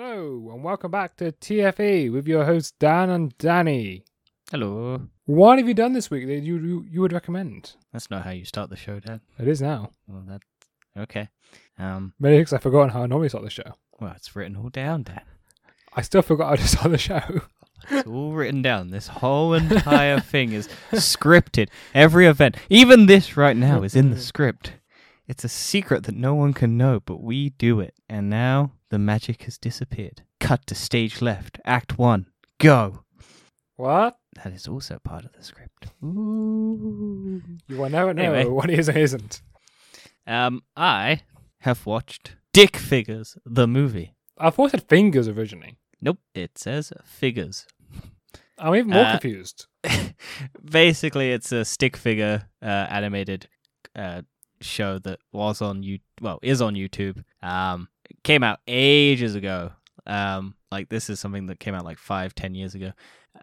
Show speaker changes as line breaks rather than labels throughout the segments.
Hello, and welcome back to TFE with your hosts Dan and Danny.
Hello.
What have you done this week that you you, you would recommend?
That's not how you start the show, Dan.
It is now.
Well, that okay. Um,
Maybe because I've forgotten how I normally start the show.
well, it's written all down, Dan.
I still forgot how to start the show.
It's all written down. This whole entire thing is scripted. Every event, even this right now, is in the script. It's a secret that no one can know, but we do it. And now the magic has disappeared. Cut to stage left, act one, go.
What?
That is also part of the script. Ooh.
You will never know
Anyway.
what is and isn't.
Um, I have watched Dick Figures, the movie.
I thought it said fingers originally.
Nope, it says figures.
I'm even more
Uh,
confused.
Basically, it's a stick figure uh, animated uh, show that was on you. Well, is on YouTube. Um, it came out ages ago. Um, like this is something that came out like five, ten years ago.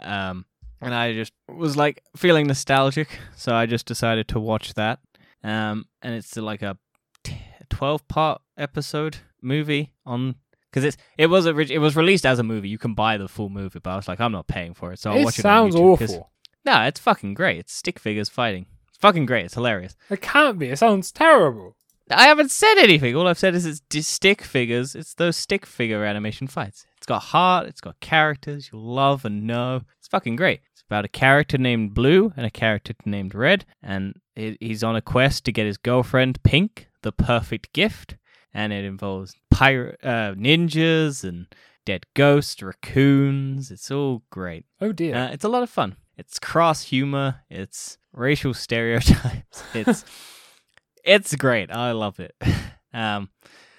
Um, and I just was like feeling nostalgic, so I just decided to watch that. Um, and it's like a t- twelve-part episode movie on. Because it's it was orig- it was released as a movie. You can buy the full movie, but I was like, I'm not paying for it, so I'll
it
watch it.
sounds
on YouTube 'cause-
awful.
no, it's fucking great. It's stick figures fighting. It's fucking great. It's hilarious.
It can't be. It sounds terrible.
I haven't said anything. All I've said is it's di- stick figures. It's those stick figure animation fights. It's got heart. It's got characters you'll love and know. It's fucking great. It's about a character named Blue and a character named Red, and he- he's on a quest to get his girlfriend Pink the perfect gift, and it involves pirate uh, ninjas and dead ghosts, raccoons. It's all great.
Oh dear.
Uh, it's a lot of fun. It's cross humor. It's racial stereotypes. It's it's great. I love it. Um,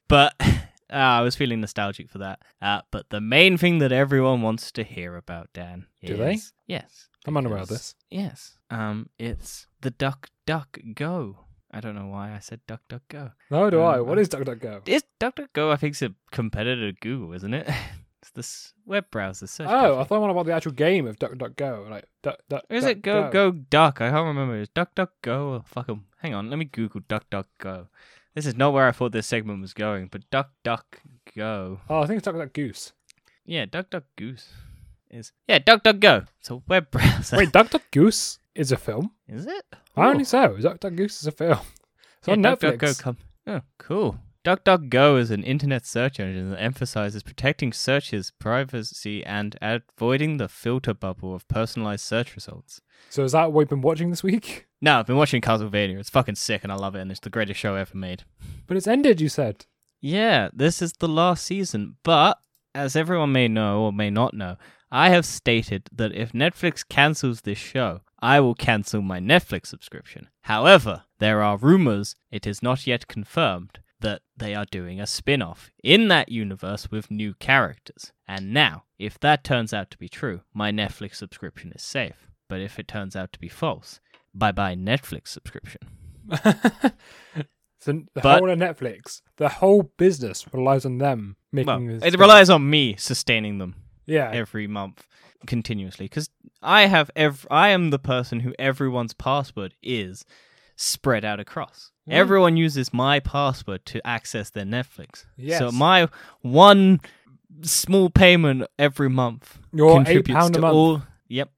but uh, I was feeling nostalgic for that. Uh, but the main thing that everyone wants to hear about Dan,
Do they?
is- Yes,
I'm unaware of this.
because- Yes. Um, it's the Duck Duck Go. I don't know why I said Duck Duck Go.
No, do
um,
I. What
um,
is DuckDuckGo?
Is Duck Duck Go? I think it's a competitor to Google, isn't it? It's this web browser search.
Oh,
engine.
I thought I wanted about the actual game of DuckDuckGo. Like, duck, duck,
Or is
duck,
it go, go duck? I can't remember. Is duck duck go or fucking hang on, let me Google duck duck go. This is not where I thought this segment was going, but duck duck go.
Oh, I think it's DuckDuckGoose.
Yeah, duck duck goose is yeah, duck duck go. It's a web browser.
Wait, Duck Duck Goose is a film?
is it?
Apparently
Oh.
so. Duck Duck Goose is a film. It's on
yeah,
Netflix.
DuckDuckGo come. Oh, cool. DuckDuckGo is an internet search engine that emphasizes protecting searches, privacy, and avoiding the filter bubble of personalized search results.
So is that what you've been watching this week?
No, I've been watching Castlevania. It's fucking sick, and I love it, and it's the greatest show ever made.
But it's ended, you said.
Yeah, this is the last season, but as everyone may know or may not know, I have stated that if Netflix cancels this show, I will cancel my Netflix subscription. However, there are rumors, it is not yet confirmed, that they are doing a spin off in that universe with new characters. And now, if that turns out to be true, my Netflix subscription is safe. But if it turns out to be false, bye bye Netflix subscription.
So the
But-
whole of Netflix, the whole business relies on them making
Well,
this.
it
thing.
relies on me sustaining them.
Yeah.
every month continuously because I have ev- I am the person who everyone's password is spread out across.
Mm.
Everyone uses my password to access their Netflix. So
Yes.
my one small payment every month
Your
contributes
£8 a
to
month.
all. Yep.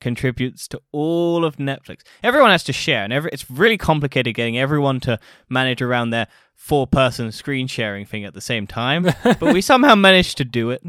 Contributes to all of Netflix. Everyone has to share, and every, it's really complicated getting everyone to manage around their four-person screen sharing thing at the same time. but we somehow managed to do it.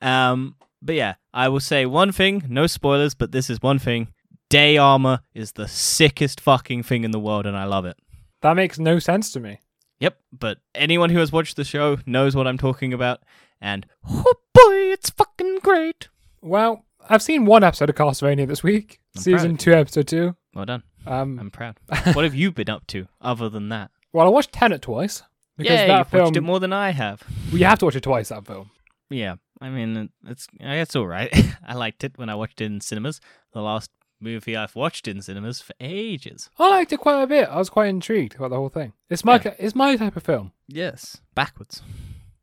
Um, but yeah, I will say one thing, no spoilers, but this is one thing. Day armor is the sickest fucking thing in the world, and I love it.
That makes no sense to me.
Yep, but anyone who has watched the show knows what I'm talking about, and oh boy, it's fucking great.
Well, I've seen one episode of Castlevania this week,
I'm proud
season
of
two, episode two.
Well done.
Um,
I'm proud. what have you been up to other than that?
well, I watched Tenet twice because
yeah,
that
you've
film
watched it more than I have.
well, you have to watch it twice. That film.
Yeah, I mean it's it's all right. I liked it when I watched it in cinemas. The last movie I've watched in cinemas for ages.
I liked it quite a bit. I was quite intrigued about the whole thing. It's my it's my type of film.
Yes, backwards.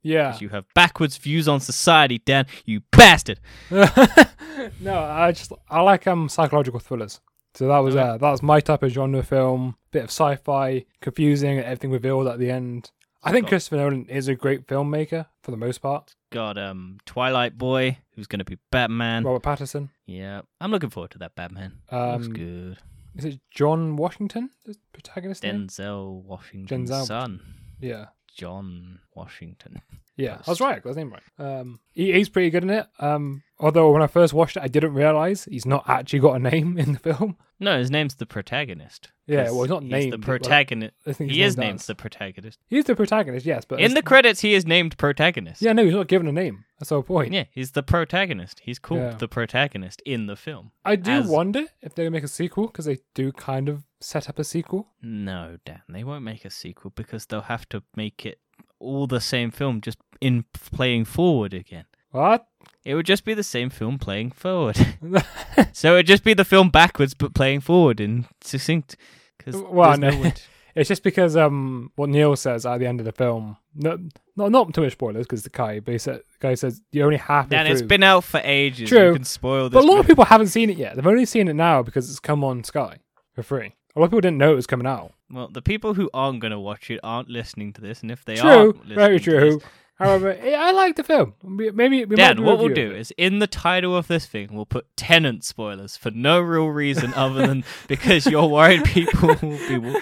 Yeah.
'Cause you have backwards views on society, Dan. You bastard.
no, I just I like um psychological thrillers. So that was uh, that was my type of genre film. Bit of sci-fi, confusing, everything revealed at the end. I think
Cool.
Christopher Nolan is a great filmmaker for the most part.
Got um Twilight Boy, who's gonna be Batman.
Robert Patterson.
Yeah, I'm looking forward to that Batman. Looks
Um,
good.
Is it John Washington, the protagonist? name?
Denzel Washington's
Denzel.
son,
Yeah.
John Washington.
Yeah, I was right. I got his name right. Um, he, he's pretty good in it. Um, although when I first watched it, I didn't realize he's not actually got a name in the film.
No, his name's the protagonist.
Yeah,
'cause
well, he's not
he's
named,
The
but, well,
protagonist.
I think his
he
name
is named
does.
the protagonist.
He's the protagonist, yes, but
In the
it's-
credits, he is named protagonist.
yeah, no, he's not given a name. That's the whole point.
Yeah, he's the protagonist. He's called
Yeah.
the protagonist in the film.
I do
As-
wonder if they're gonna make a sequel because they do kind of set up a sequel.
No, Dan, they won't make a sequel because they'll have to make it all the same film, just in playing forward again.
What?
It would just be the same film playing forward. so it'd just be the film backwards, but playing forward and succinct. Cause
Well,
there's
no.
way to-
it's just because um what Neil says at the end of the film. No, not not too much spoilers because the guy, but he said, the guy says you're only halfway
Dan,
through.
it's been out for ages. You
True.
can spoil this.
But a lot of
movie.
people haven't seen it yet. They've only seen it now because it's come on Sky for free. A lot of people didn't know it was coming out.
Well, the people who aren't going to watch it aren't listening to this, and if they
true,
aren't listening
very
to this-
true. However, eh, I like the film. We- Maybe we might
Dan,
do a
what we'll
review
do
of it.
is in the title of this thing, we'll put tenant spoilers for no real reason other than because you're worried people will be w-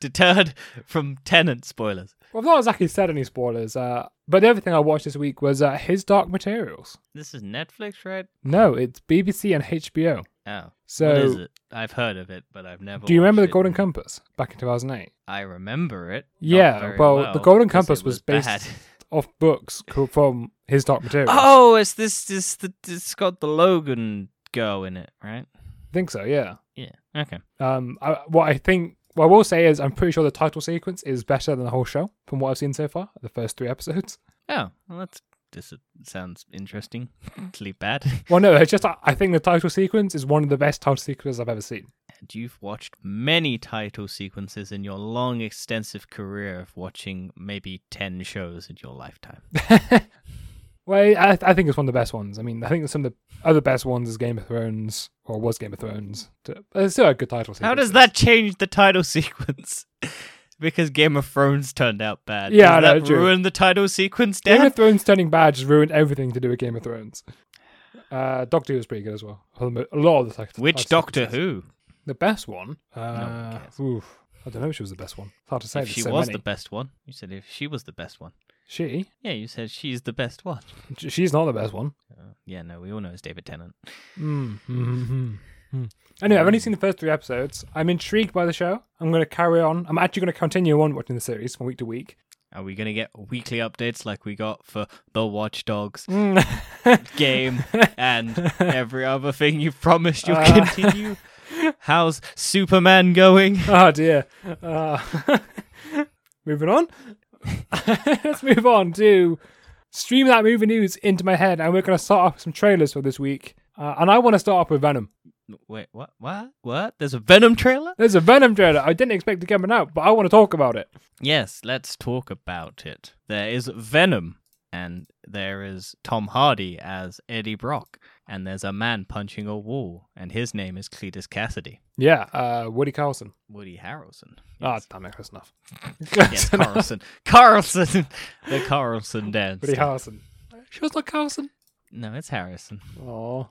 deterred from tenant spoilers.
Well, I've not exactly said any spoilers. Uh, but the other thing I watched this week was uh, His Dark Materials.
This is Netflix, right?
No, it's BBC and HBO.
Oh,
So,
what is it? Oh, I've heard of it, but I've never.
do you remember
watched
the Golden
it.
Compass back in 2008?
I remember it. not
Yeah,
very
well, The Golden
'cause it
Compass was based-
bad.
Off books co- from His Dark Materials.
Oh, it's this, this, the, it's got the Logan girl in it, right?
I think so, yeah.
Yeah. Okay.
Um, I, what I think, what I will say is, I'm pretty sure the title sequence is better than the whole show from what I've seen so far, the first three episodes.
Oh, well, that's this sounds interesting.
Hmm.
Sleep bad.
Well, no, it's just I, I think the title sequence is one of the best title sequences I've ever seen.
And you've watched many title sequences in your long, extensive career of watching maybe 10 shows in your lifetime.
Well, I, I think it's one of the best ones. I mean, I think some of the other best ones is Game of Thrones, or was Game of Thrones. To, but it's still a good title sequence.
How does that change the title sequence? because Game of Thrones turned out bad.
Yeah,
Does
I know,
that
true.
ruin the title sequence,
Game
Dan?
of Thrones turning bad just ruined everything to do with Game of Thrones. Uh, Doctor Who is pretty good as well. A lot of the title-
Which
title
Doctor
sequences.
Who?
The best one.
one
Uh,
cares.
oof, I don't know if she was the best one. It's hard to say.
if
there's
she
so
was
many.
the best one. You said if she was the best one.
she,
Yeah, you said she's the best one.
she's not the best one.
Uh, yeah, no, we all know it's David Tennant.
Mm. Mm-hmm. Anyway, I've only seen the first three episodes. I'm intrigued by the show. I'm going to carry on. I'm actually going to continue on watching the series from week to week.
Are we going to get weekly updates like we got for the Watchdogs
Mm.
game and every other thing you promised you'll
Uh.
continue? How's Superman going?
oh dear. Uh, moving on. Let's move on to stream that movie news into my head, and we're going to start off with some trailers for this week. Uh, and I want to start off with Venom.
Wait, what? What? What? There's a Venom trailer?
There's a Venom trailer. I didn't expect it coming out, but I want to talk about it.
Yes, let's talk about it. There is Venom, and there is Tom Hardy as Eddie Brock, and there's a man punching a wall, and his name is Cletus Cassidy.
Yeah, uh, Woody Carlson.
Woody Harrelson.
Ah,
Yes.
damn it, that's enough.
Yes, Carlson. Carlson! The Carlson dance.
Woody Harrelson. She was not Carlson.
No, it's Harrison.
Oh,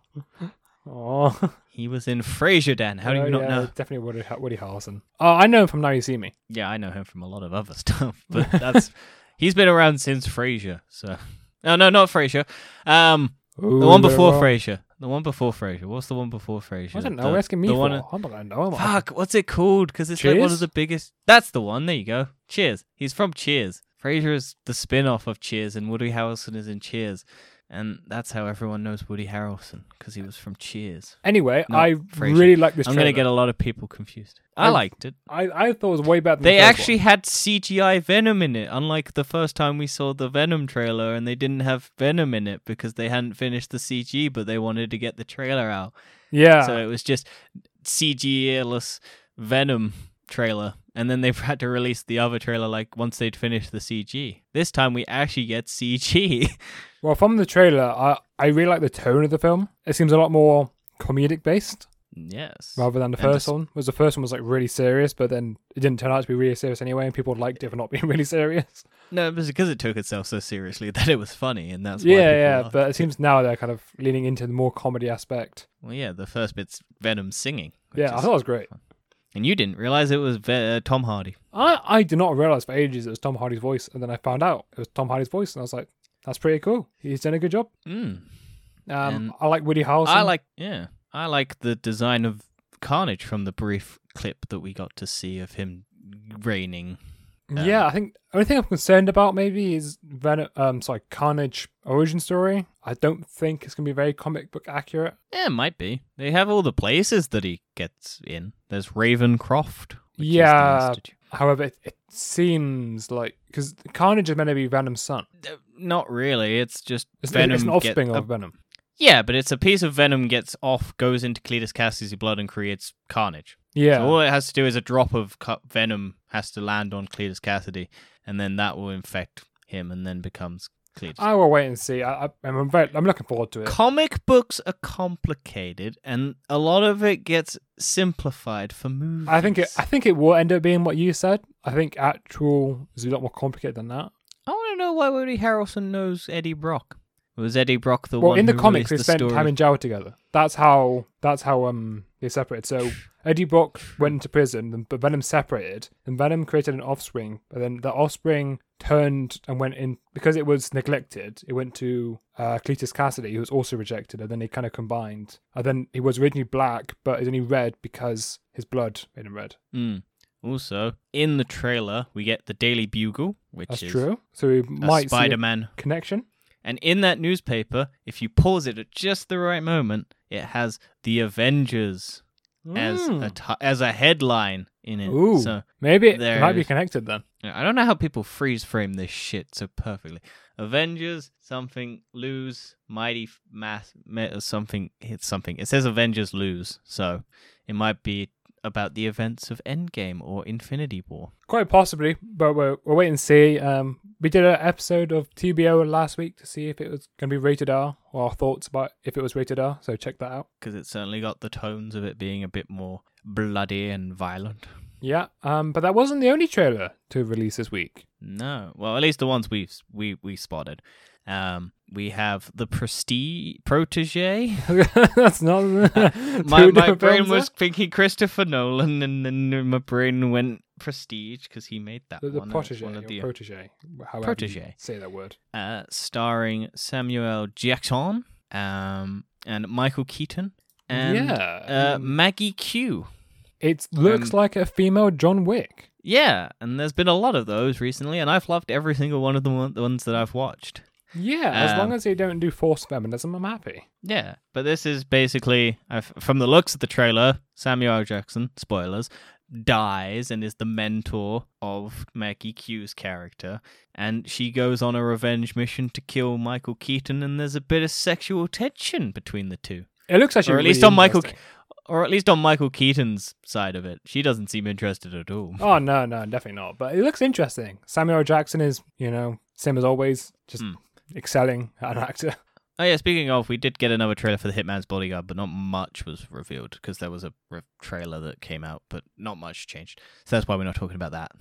oh.
He was in Frasier, Dan. How do you not know?
Definitely Woody, Har- Woody Harrelson. Oh, I know him from Now You See Me.
Yeah, I know him from a lot of other stuff, but that's he's been around since Frasier. So, no, no, not Frasier. Um, the one before Frasier. The one before Frasier. What's the one before Frasier?
I don't
The-
know. You're asking me
the
for.
one-
I'm not gonna know. am I?
Fuck, what's it called? Because it's like one of
Cheers?
the biggest. That's the one. There you go. Cheers. He's from Cheers. Frasier is the spin-off of Cheers, and Woody Harrelson is in Cheers, and that's how everyone knows Woody Harrelson because he was from Cheers.
Anyway,
No,
I
Frasier.
really like this.
I'm
trailer.
gonna get a lot of people confused. I
I've-
liked it.
I, I thought it was way better. Than
They
the first
actually had CGI Venom in it, unlike the first time we saw the Venom trailer, and they didn't have Venom in it because they hadn't finished the CG, but they wanted to get the trailer out.
One. Yeah.
So it was just CG-less Venom trailer. And then they've had to release the other trailer like once they'd finished the CG. This time we actually get CG.
Well, from the trailer, I I really like the tone of the film. It seems a lot more comedic based.
Yes.
rather than the
And
first
it's-
one. Was the first one was like really serious, but then it didn't turn out to be really serious anyway, and people liked it for not being really serious.
No, it was because it took itself so seriously that it was funny, and that's why
yeah,
people
yeah.
laughed.
But it seems now they're kind of leaning into the more comedy aspect.
well, yeah, the first bit's Venom singing. which
Yeah, I
is-
thought it was great.
and you didn't realize it was Ve- uh, Tom Hardy.
I I did not realize for ages it was Tom Hardy's voice, and then I found out it was Tom Hardy's voice, and I was like, that's pretty cool. He's done a good job.
Mm.
Um,
And
I like Woody Harrelson.
I like, yeah, I like the design of Carnage from the brief clip that we got to see of him reigning.
Yeah, I think only thing I'm concerned about maybe is Venom. Um, sorry, Carnage origin story. I don't think it's gonna be very comic book accurate.
Yeah, it might be. They have all the places that he gets in. There's Ravencroft. Which Is the
Yeah.
institute.
However, it, it seems like because Carnage is meant to be Venom's son.
Uh, Not really. It's just
It's,
Venom.
it's an
get-
offspring
a
of Venom.
Yeah, but it's a piece of Venom gets off, goes into Cletus Cassidy's blood, and creates Carnage.
Yeah,
So all it has to do is a drop of cu- Venom has to land on Cletus Cassidy, and then that will infect him, and then becomes Cletus.
I will wait and see. I, I, I'm very, I'm looking forward to it.
Comic books are complicated, and a lot of it gets simplified for movies.
I think it, I think it will end up being what you said. I think actual is a lot more complicated than that.
I want to know why Woody Harrelson knows Eddie Brock. Was Eddie Brock the
well,
one
in the
who
comics, they
released
spent
the
time
story?
in jail together. That's how that's how um they separated. So Eddie Brock went into prison, then- but Venom separated. Then Venom created an offspring, but then the offspring turned and went in because it was neglected. It went to uh, Cletus Cassidy, who was also rejected, and then they kind of combined. And then he was originally black, but is only red because his blood made him red.
Mm. Also, in the trailer, we get the Daily Bugle, which
That's
is
true. So we
a
might see
Spider-Man
a connection.
And in that newspaper, if you pause it at just the right moment, it has the Avengers as
Mm.
a t- as a headline in it.
Ooh,
So
maybe it
there
might be
is-
connected then.
I don't know how people freeze frame this shit so perfectly. Avengers something lose mighty f- mass me- or something hit something. It says Avengers lose, so it might be about the events of Endgame or Infinity War.
Quite possibly, but we'll, we'll wait and see. Um, we did an episode of TBO last week to see if it was going to be rated R or our thoughts about if it was rated R. So check that out.
Because it certainly got the tones of it being a bit more bloody and violent.
Yeah, um, but that wasn't the only trailer to release this week.
No. Well, at least the ones we've we we spotted. Um, we have the Prestige protege.
That's not
My
my,
my brain was thinking Christopher Nolan, and then my brain went Prestige because he made that
the, the
one. and it's
protege,
one of
or
the,
protege, however
Protege.
you say that word.
uh, starring Samuel Jackson, um, and Michael Keaton, and
yeah,
uh,
um,
Maggie Q.
it looks
um,
like a female John Wick.
Yeah, and there's been a lot of those recently, and I've loved every single one of the, one, the ones that I've watched.
Yeah, as long
um,
as they don't do forced feminism, I'm happy.
Yeah, but this is basically, i from the looks of the trailer, Samuel L. Jackson, spoilers, dies and is the mentor of Maggie Q's character. And she goes on a revenge mission to kill Michael Keaton, and there's a bit of sexual tension between the two.
It looks actually,
Or at least
really
on Michael.
interesting.
Or at least on Michael Keaton's side of it. She doesn't seem interested at all.
Oh no, no, definitely not. But it looks interesting. Samuel L. Jackson is, you know, same as always, just
Hmm.
excelling at an actor.
Oh yeah, speaking of, we did get another trailer for the Hitman's Bodyguard, but not much was revealed because there was a re- trailer that came out, but not much changed. So that's why we're not talking about that.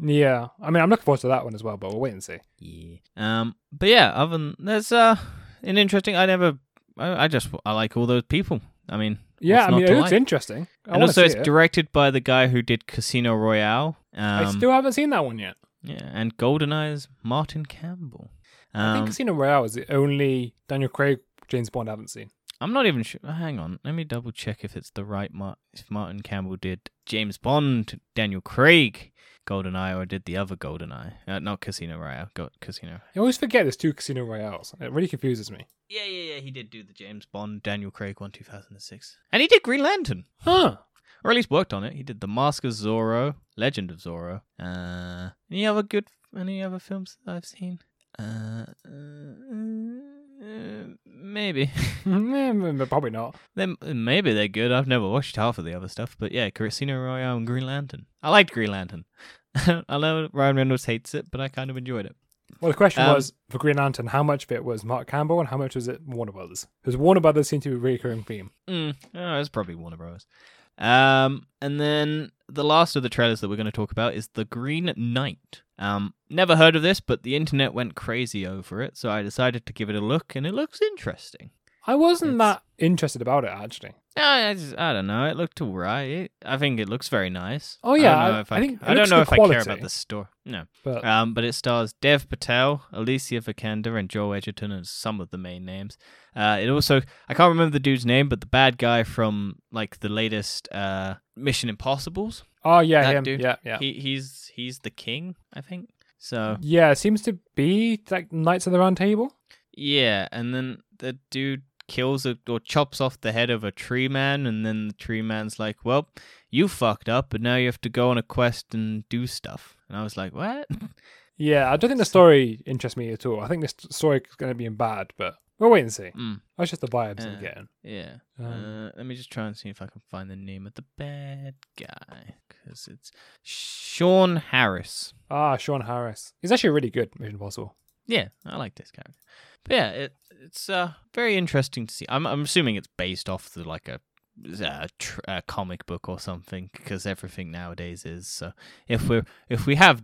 Yeah, I mean, I'm looking forward to that one as well. But we'll wait and see.
Yeah. Um. But yeah, other than there's uh an interesting. I never. I, I just I like all those people. I mean.
Yeah,
what's
I mean,
not
it
to
looks
like?
interesting. I
And
want to
also,
see
it's
it.
directed by the guy who did Casino Royale. Um,
I still haven't seen that one yet.
yeah, and GoldenEye's Martin Campbell.
I think
Um,
Casino Royale is the only Daniel Craig James Bond I haven't seen.
I'm not even sure. Hang on, let me double check if it's the right Mar- if Martin Campbell did James Bond, Daniel Craig, GoldenEye, or did the other GoldenEye? Uh, not Casino Royale. Go- Casino.
I always forget there's two Casino Royales. It really confuses me.
Yeah, yeah, yeah. He did do the James Bond, Daniel Craig one, 2006, and he did Green Lantern,
Huh?
or at least worked on it. He did the Mask of Zorro, Legend of Zorro. Uh, any other good? Any other films that I've seen? Uh, uh, uh maybe.
Mm, but probably not.
Then maybe they're good. I've never watched half of the other stuff, but yeah, Casino Royale and Green Lantern. I liked Green Lantern. I know Ryan Reynolds hates it, but I kind of enjoyed it.
Well, the question
Um,
was for Green Lantern, how much of it was Mark Campbell and how much was it Warner Brothers? Because Warner Brothers seemed to be a recurring theme.
Mm, oh, it's probably Warner Bros. Um, and then the last of the trailers that we're going to talk about is The Green Knight. Um, never heard of this, but the internet went crazy over it, so I decided to give it a look, and it looks interesting.
I wasn't
It's-
that interested about it actually.
I, I, just, I don't know. It looked alright. I think it looks very nice.
Oh,
I
yeah,
don't
I-
know if I,
I think it
I don't
looks
know
good
if I care
quality.
about the store. No.
But
Um, but it stars Dev Patel, Alicia Vikander, and Joel Edgerton, and some of the main names. Uh, it also I can't remember the dude's name, but the bad guy from like the latest uh, Mission Impossible's.
oh yeah,
that
him.
dude,
yeah, Mm-hmm. yeah.
He uh, he's he's the king, I think. So
yeah, it seems to be like Knights of the Round Table.
yeah, and then the dude kills a, or chops off the head of a tree man, and then the tree man's like, "Well, you fucked up, but now you have to go on a quest and do stuff." And I was like, "What?"
Yeah, I don't think the story interests me at all. I think this story is going to be bad, but we'll wait and see.
Mm,
That's just the vibes
Yeah.
I'm getting.
yeah.
Um,
Uh, let me just try and see if I can find the name of the bad guy because it's Sean Harris.
ah, Sean Harris. He's actually really good, Mission Impossible.
Yeah, I like this character. But yeah, it, it's uh, very interesting to see. I'm I'm assuming it's based off the like a, a, tr- a comic book or something because everything nowadays is. So if we are if we have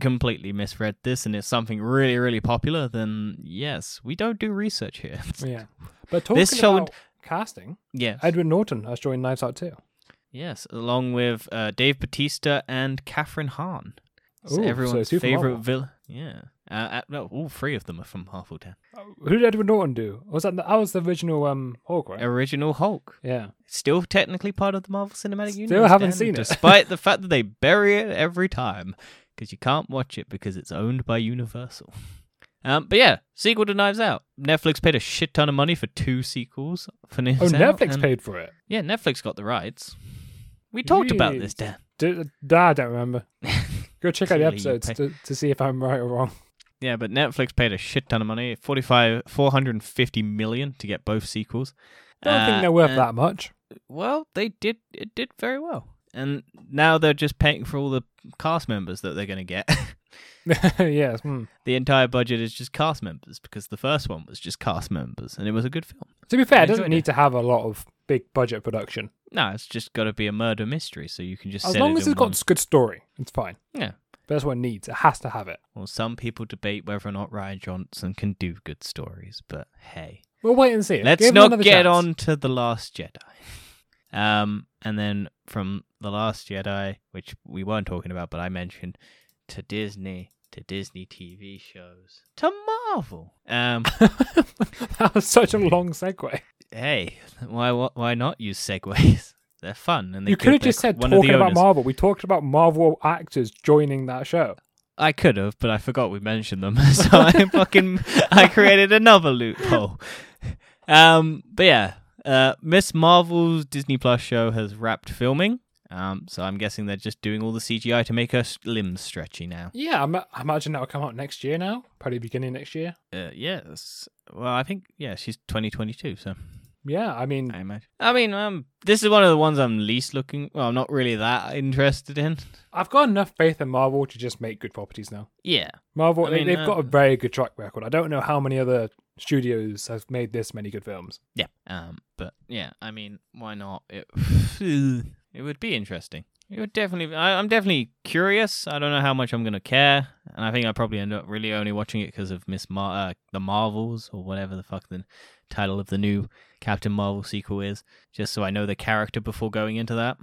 completely misread this and it's something really really popular, then yes, we don't do research here.
Yeah. But talking
This showed-
about casting,
yeah.
Edward Norton has joined Knives Out too.
Yes, along with uh, Dave Batista and Catherine Hahn. So
Ooh, so
everyone's
two from
favorite
Marvel.
villain. Yeah. Uh, uh, no, all three of them are from Marvel Town.
Who did Edward Norton do? Was that the, that was the original um Hulk, right?
Original Hulk.
yeah.
Still technically part of the Marvel Cinematic
Still
Universe.
haven't
Dan,
seen it.
Despite the fact that they bury it every time because you can't watch it because it's owned by Universal. Um, but yeah, sequel to Knives Out. Netflix paid a shit ton of money for two sequels for Knives
Oh,
Out,
Netflix
and-
paid for it.
Yeah, Netflix got the rights. We talked about this,
Jeez.
Dan.
Do, I don't remember. Go check out the
Clearly you
episodes
pay-
to, to see if I'm right or wrong.
Yeah, but Netflix paid a shit ton of money, 45 450 million to get both sequels.
I don't
Uh,
think they're worth
and-
that much.
Well, they did it did very well. And now they're just paying for all the cast members that they're going to get.
yes. hmm.
the entire budget is just cast members because the first one was just cast members and it was a good film.
To be fair, it
enjoyed
doesn't
it.
need to have a lot of big budget production.
No, it's just got to be a murder mystery so you can just
As
set
long
it
as
in
it's got
one-
a good story, it's fine.
Yeah.
But that's what it needs. It has to have it.
Well, some people debate whether or not Ryan Johnson can do good stories, but hey.
We'll wait and see.
Let's
Give him
not
another
get
chance.
on to the Last Jedi. Um, and then from the Last Jedi, which we weren't talking about, but I mentioned, to Disney, to Disney TV shows, to Marvel. Um,
that was such a long segue.
hey, why wh- why not use segues? They're fun, and they
You
could
could have just said
one of
talking
the
about
owners.
Marvel. We talked about Marvel actors joining that show.
I could have, but I forgot we mentioned them, so I fucking I created another loophole. Um, but yeah, uh, Miss Marvel's Disney Plus show has wrapped filming. Um, so I'm guessing they're just doing all the CGI to make her s- limbs stretchy now.
Yeah, I'm, I imagine that'll come out next year now, probably beginning next year.
Uh, yes. Well, I think yeah, she's 2022, so
Yeah, I mean,
I imagine. I mean, um, this is one of the ones I'm least looking. Well, I'm not really that interested in.
I've got enough faith in Marvel to just make good properties now.
Yeah.
Marvel,
I
they,
mean,
they've
uh,
got a very good track record. I don't know how many other studios have made this many good films.
Yeah. Um. But yeah, I mean, why not? It it would be interesting. It would definitely. I, I'm definitely curious. I don't know how much I'm gonna care, and I think I probably end up really only watching it because of Miss Mar, uh, the Marvels or whatever the fuck the title of the new Captain Marvel sequel is. Just so I know the character before going into that.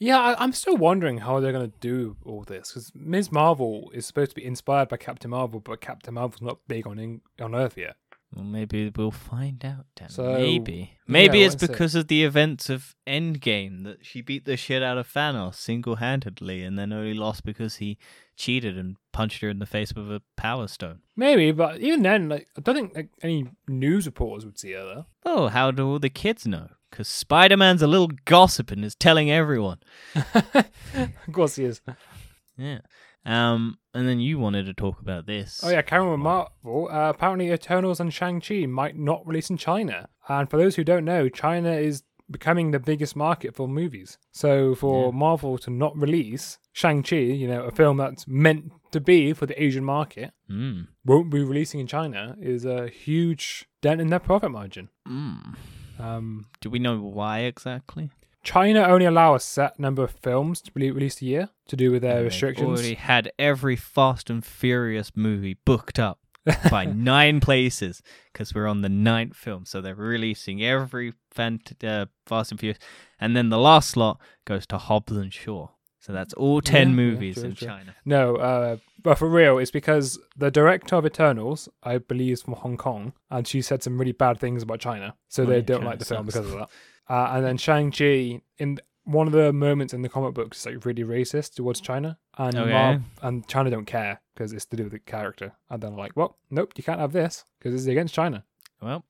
Yeah, I, I'm still wondering how they're going to do all this because Ms. Marvel is supposed to be inspired by Captain Marvel, but Captain Marvel's not big on Eng- on Earth yet.
Well, maybe we'll find out. Dan.
So,
maybe, maybe
yeah,
it's
what is it?
because of the events of Endgame that she beat the shit out of Thanos single-handedly, and then only lost because he cheated and punched her in the face with a power stone.
Maybe, but even then, like I don't think like, any news reporters would see her though.
Oh, how do all the kids know? Because Spider-Man's a little gossip and is telling everyone.
Of course, he is.
Yeah. Um, and then you wanted to talk about this.
Oh yeah, Karen with Marvel. Uh, apparently, Eternals and Shang Chi might not release in China. And for those who don't know, China is becoming the biggest market for movies. So for Marvel to not release Shang-Chi, you know, a film that's meant to be for the Asian market,
Mm.
won't be releasing in China is a huge dent in their profit margin.
Mm.
Um,
Do we know why exactly?
China only allow a set number of films to be released a year to do with their
They've
Uh, restrictions.
Already had every Fast and Furious movie booked up by nine places because we're on the ninth film, so they're releasing every fant- uh, Fast and Furious, and then the last slot goes to Hobbs and Shaw. So that's all
Yeah,
ten
yeah,
movies
true,
in
true.
China.
No, uh, but for real, it's because the director of Eternals, I believe, is from Hong Kong, and she said some really bad things about China, so
Oh,
they
yeah,
don't
China
like the film
sucks.
because of that. Uh, and then Shang Chi, in one of the moments in the comic books, is like really racist towards China, and
Okay.
Mar- and China don't care because it's to do with the character, and then like, well, nope, you can't have this because this is against China.
Well,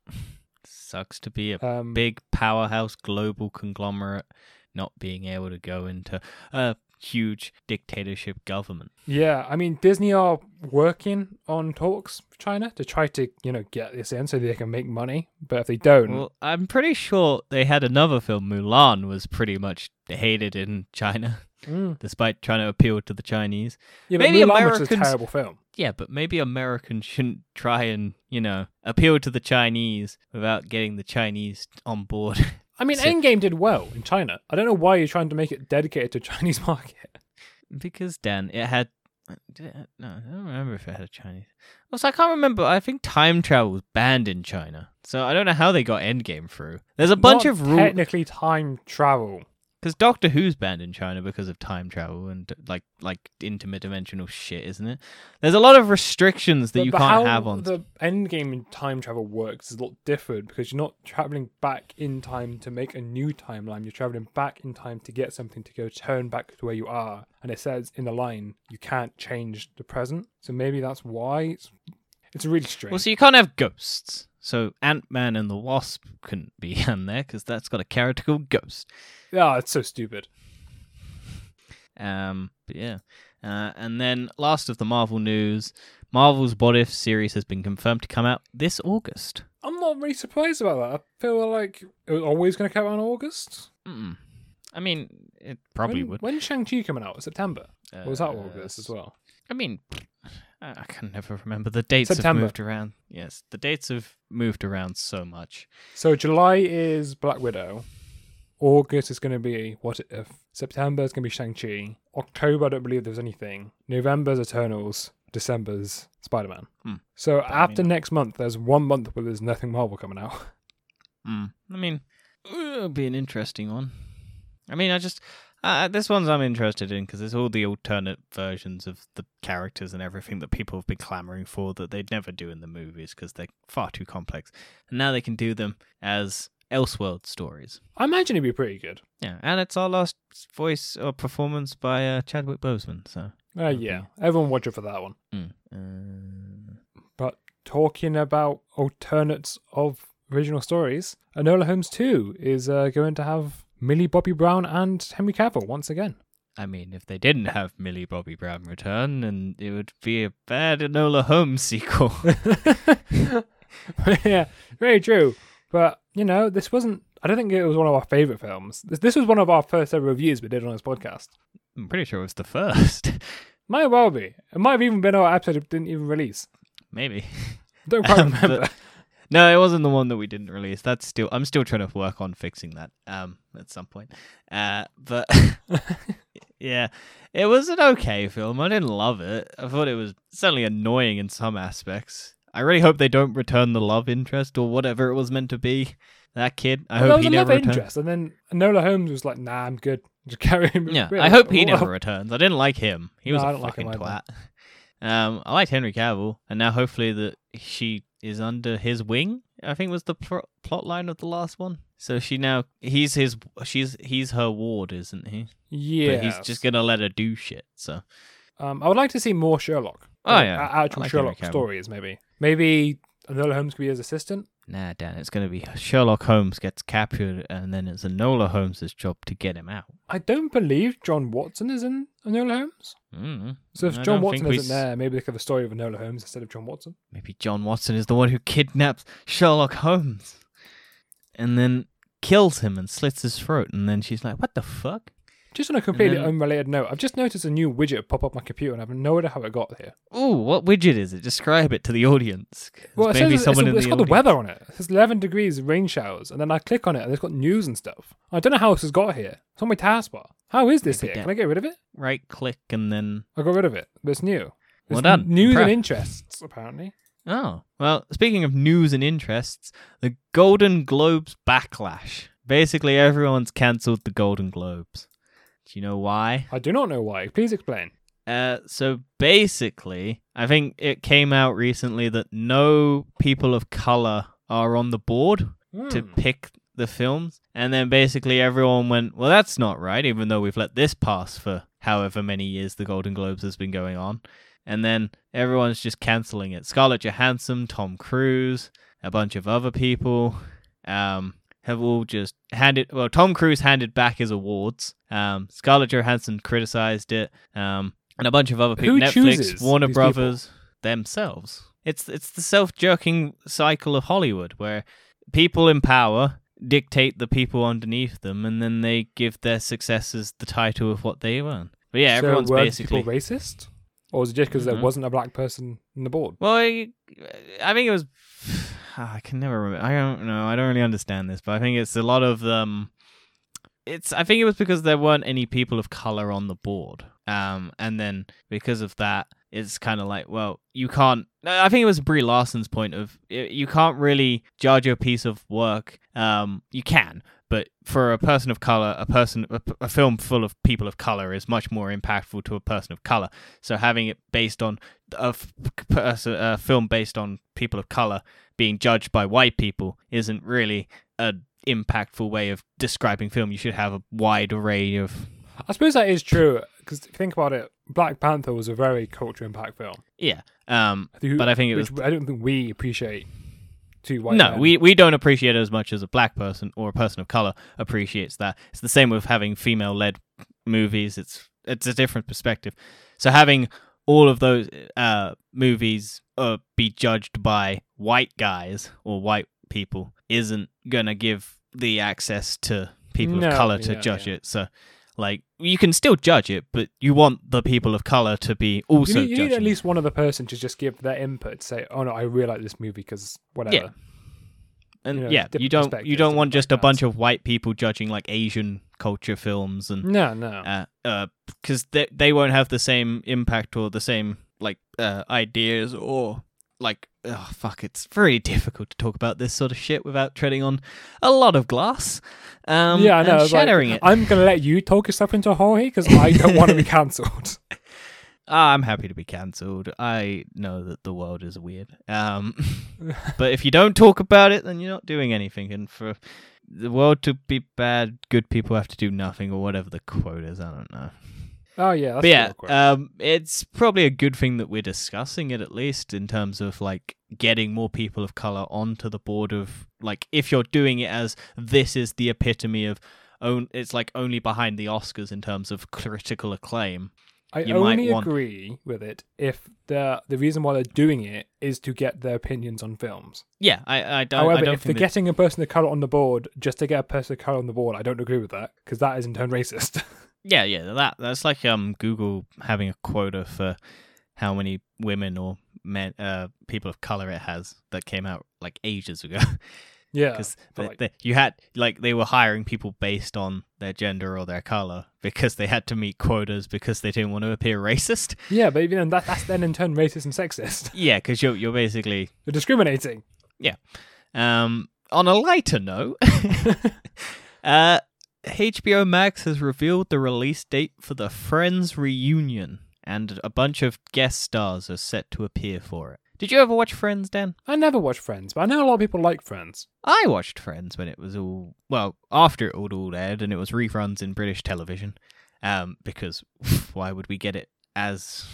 sucks to be a
Um,
big powerhouse global conglomerate not being able to go into a huge dictatorship government.
Yeah, I mean Disney are working on talks with China to try to you know get this in so they can make money, but if they don't,
Well, I'm pretty sure they had another film. Mulan was pretty much hated in China,
Mm.
despite trying to appeal to the Chinese.
yeah, but
maybe
Mulan was a
Americans-
terrible film.
Yeah, but maybe Americans shouldn't try and, you know, appeal to the Chinese without getting the Chinese on board.
I mean,
So-
Endgame did well in China. I don't know why you're trying to make it dedicated to Chinese market.
because, Dan, it had. Did it, no, I don't remember if it had a Chinese. Also, I can't remember. I think time travel was banned in China. So I don't know how they got Endgame through. There's a bunch
Not
of rules.
technically time travel.
Because Doctor Who's banned in China because of time travel and like like interdimensional shit, isn't it? There's a lot of restrictions that
But-
you
but
can't
how
have on.
the Endgame and time travel works is a lot different because you're not traveling back in time to make a new timeline. You're traveling back in time to get something to go turn back to where you are. And it says in the line you can't change the present, so maybe that's why it's it's really strange.
Well, so you can't have ghosts. So Ant Man and the Wasp couldn't be on there because that's got a character called Ghost.
yeah, Ah, it's so stupid.
Um, but yeah. Uh, and then last of the Marvel news, Marvel's What If series has been confirmed to come out this August.
I'm not really surprised about that. I feel like it was always going to come out in August.
Mm. I mean, it probably
when,
would. Uh,
When Shang Chi coming out? September. Or was that August as well?
I mean, I I can never remember. The dates
September.
have moved around. Yes, the dates have moved around so much.
So July is Black Widow. August is going to be What If. September is going to be Shang-Chi. October, I don't believe there's anything. November's Eternals. December's Spider-Man.
Hmm.
So
I
after next month, there's one month where there's nothing Marvel coming out.
Mm. I mean, it'll be an interesting one. I mean, I just uh, this one's I'm interested in because it's all the alternate versions of the characters and everything that people have been clamoring for that they'd never do in the movies because they're far too complex. And now they can do them as Elseworld stories.
I imagine it'd be pretty good.
Yeah, and it's our last voice or performance by uh, Chadwick Boseman. So
Uh, yeah, everyone watch it for that one.
mm. Uh,
But talking about alternates of original stories, Enola Holmes 2 is uh, going to have Millie Bobby Brown and Henry Cavill once again.
I mean, if they didn't have Millie Bobby Brown return, and it would be a bad Enola Holmes sequel.
yeah, very true. But you know, this wasn't. I don't think it was one of our favorite films. This, this was one of our first ever reviews we did on this podcast.
I'm pretty sure it was the first.
Might well be. It might have even been our episode that didn't even release.
Maybe.
Don't quite
Um, but-
remember.
No, it wasn't the one that we didn't release. That's still. I'm still trying to work on fixing that. Um, at some point. Uh, but yeah, it was an okay film. I didn't love it. I thought it was certainly annoying in some aspects. I really hope they don't return the love interest or whatever it was meant to be. That kid. I
Well, there
hope
was
he
a love
never returns.
interest, and then Enola Holmes was like, "Nah, I'm good." Just carry him.
Yeah,
Really?
I hope he
Well,
never returns. I didn't like him. He was
No, I
a
don't like
fucking
him
twat.
either.
Um, I liked Henry Cavill, and now hopefully that she is under his wing. I think was the pl- plot line of the last one. So she now he's his she's he's her ward, isn't he?
Yeah,
But he's just gonna let her do shit. So
Um, I would like to see more Sherlock.
Oh,
Like,
yeah.
a-
I
actual
like Henry
Sherlock
Cavill.
stories, maybe. Maybe Enola Holmes could be his assistant.
nah, Dan, it's gonna be Sherlock Holmes gets captured, and then it's Enola Holmes' job to get him out.
I don't believe John Watson is in Enola Holmes.
Mm.
So if
I
John
don't
Watson
think we
isn't
s-
there, maybe they could have a story of Enola Holmes instead of John Watson.
Maybe John Watson is the one who kidnaps Sherlock Holmes. And then kills him and slits his throat, and then she's like, "What the fuck?"
Just on a completely
then-
unrelated note, I've just noticed a new widget pop up my computer, and I have no idea how it got here.
Ooh, what widget is it? Describe it to the audience. 'cause
Well, it says
maybe
it's,
someone
it's,
in
it's
the
got the
audience.
weather on it. It says 11 degrees, rain showers, and then I click on it, and it's got news and stuff. I don't know how this has got here. It's on my taskbar. How is this
Maybe
here?
that-
Can I get rid of it?
Right click and then
I got rid of it, but it's new. It's
Well done.
News
Impressed.
and interests, apparently.
Oh, well, speaking of news and interests, the Golden Globes backlash. Basically, everyone's cancelled the Golden Globes. Do you know why?
I do not know why. Please explain.
Uh, so basically, I think it came out recently that no people of color are on the board to
Hmm.
pick the films. And then basically everyone went, well, that's not right, even though we've let this pass for however many years the Golden Globes has been going on. And then everyone's just cancelling it. Scarlett Johansson, Tom Cruise, a bunch of other people um, have all just handed, well, Tom Cruise handed back his awards. Um, Scarlett Johansson criticized it. Um, and a bunch of other people.
Who
Netflix,
chooses
Warner
these people?
Brothers, themselves. It's, it's the self jerking cycle of Hollywood where people in power dictate the people underneath them, and then they give their successors the title of what they earn. But yeah,
So
everyone's
were
basically.
people racist, or was it just because
Mhm.
there wasn't a black person in the board?
well, I, I think it was. Ah, I can never remember. I don't know. I don't really understand this, but I think it's a lot of um. It's. I think it was because there weren't any people of color on the board. Um, and then because of that, it's kind of like, well, you can't. I think it was Brie Larson's point of y- you can't really judge a piece of work. Um, you can, but for a person of color, a person, a, p- a film full of people of color is much more impactful to a person of color. So having it based on a, f- person, a film based on people of color being judged by white people isn't really a impactful way of describing film. You should have a wide array of
I suppose that is true because if you think about it, Black Panther was a very culture impact film.
yeah. Um,
who-
but I think it was
which I don't think we appreciate too white.
no,
men.
we, we don't appreciate it as much as a black person or a person of color appreciates that. It's the same with having female led movies. It's it's a different perspective. So having all of those uh, movies uh, be judged by white guys or white people isn't gonna give the access to people
No,
of color to
yeah,
judge
yeah.
it. So like you can still judge it, but you want the people of color to be
You
also
need, you need
judging
at
it.
least one other person to just give their input, to say, "Oh no, I really like this movie because whatever."
Yeah. and
you know,
yeah, you
different
don't you
perspectives,
don't want
different
just a
backgrounds.
bunch of white people judging like Asian culture films and
No, no.
uh uh because they they won't have the same impact or the same like uh ideas or like oh fuck it's very difficult to talk about this sort of shit without treading on a lot of glass um
yeah, I know.
and
I was like,
shattering it
I'm gonna let you talk yourself into a hole here because I don't want to be cancelled.
Ah, I'm happy to be cancelled. I know that the world is weird. Um, but if you don't talk about it, then you're not doing anything. And for the world to be bad, good people have to do nothing, or whatever the quote is. I don't know.
Oh yeah, that's
but yeah,
awkward.
um, it's probably a good thing that we're discussing it at least in terms of like getting more people of color onto the board of like if you're doing it as this is the epitome of. Own, it's like only behind the Oscars in terms of critical acclaim.
I
you might
only
want-
agree with it if the the reason why they're doing it is to get their opinions on films.
Yeah, I, I don't. I
However,
don't
if they're
think that-
getting a person of color on the board just to get a person of color on the board, I don't agree with that because that is in turn racist.
Yeah, yeah, that that's like um Google having a quota for how many women or men uh people of color it has that came out like ages ago
yeah,
because
but like-
you had like they were hiring people based on their gender or their color because they had to meet quotas because they didn't want to appear racist.
yeah, but even then, that, that's then in turn racist and sexist.
Yeah, because you're you're basically
They're discriminating.
Um, on a lighter note, uh, HBO Max has revealed the release date for the Friends reunion, and a bunch of guest stars are set to appear for it. Did you ever watch Friends, Dan?
I never watched Friends, but I know a lot of people like Friends.
I watched Friends when it was all well after it all all aired, and it was reruns in British television. Um, because why would we get it as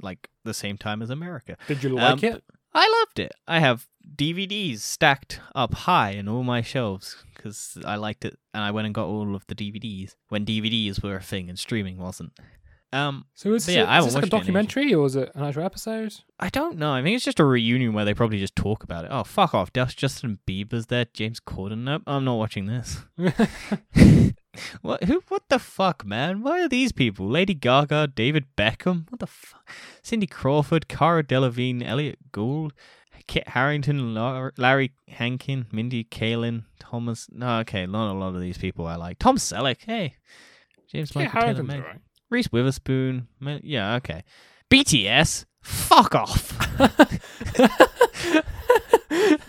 like the same time as America?
Did you like
Um,
it?
I loved it. I have DVDs stacked up high in all my shelves because I liked it, and I went and got all of the DVDs when DVDs were a thing and streaming wasn't. Um,
So it's
But yeah, I
is
haven't
this like a
watched it in ages.
documentary or is it an actual episode?
I don't know. I think it's just a reunion where they probably just talk about it. Oh, fuck off. Just Justin Bieber's there. James Corden. Nope, I'm not watching this. what? Who? What the fuck, man? Why are these people? Lady Gaga, David Beckham. What the fuck? Cindy Crawford, Cara Delevingne, Elliot Gould, Kit Harrington, Lar- Larry Hankin, Mindy Kaling, Thomas. No, okay, not a lot of these people I like. Tom Selleck. Hey, James
yeah,
Michael Taylor.
Harrington's
May-
alright.
Reese Witherspoon. Ma- Yeah, okay. BTS. Fuck off.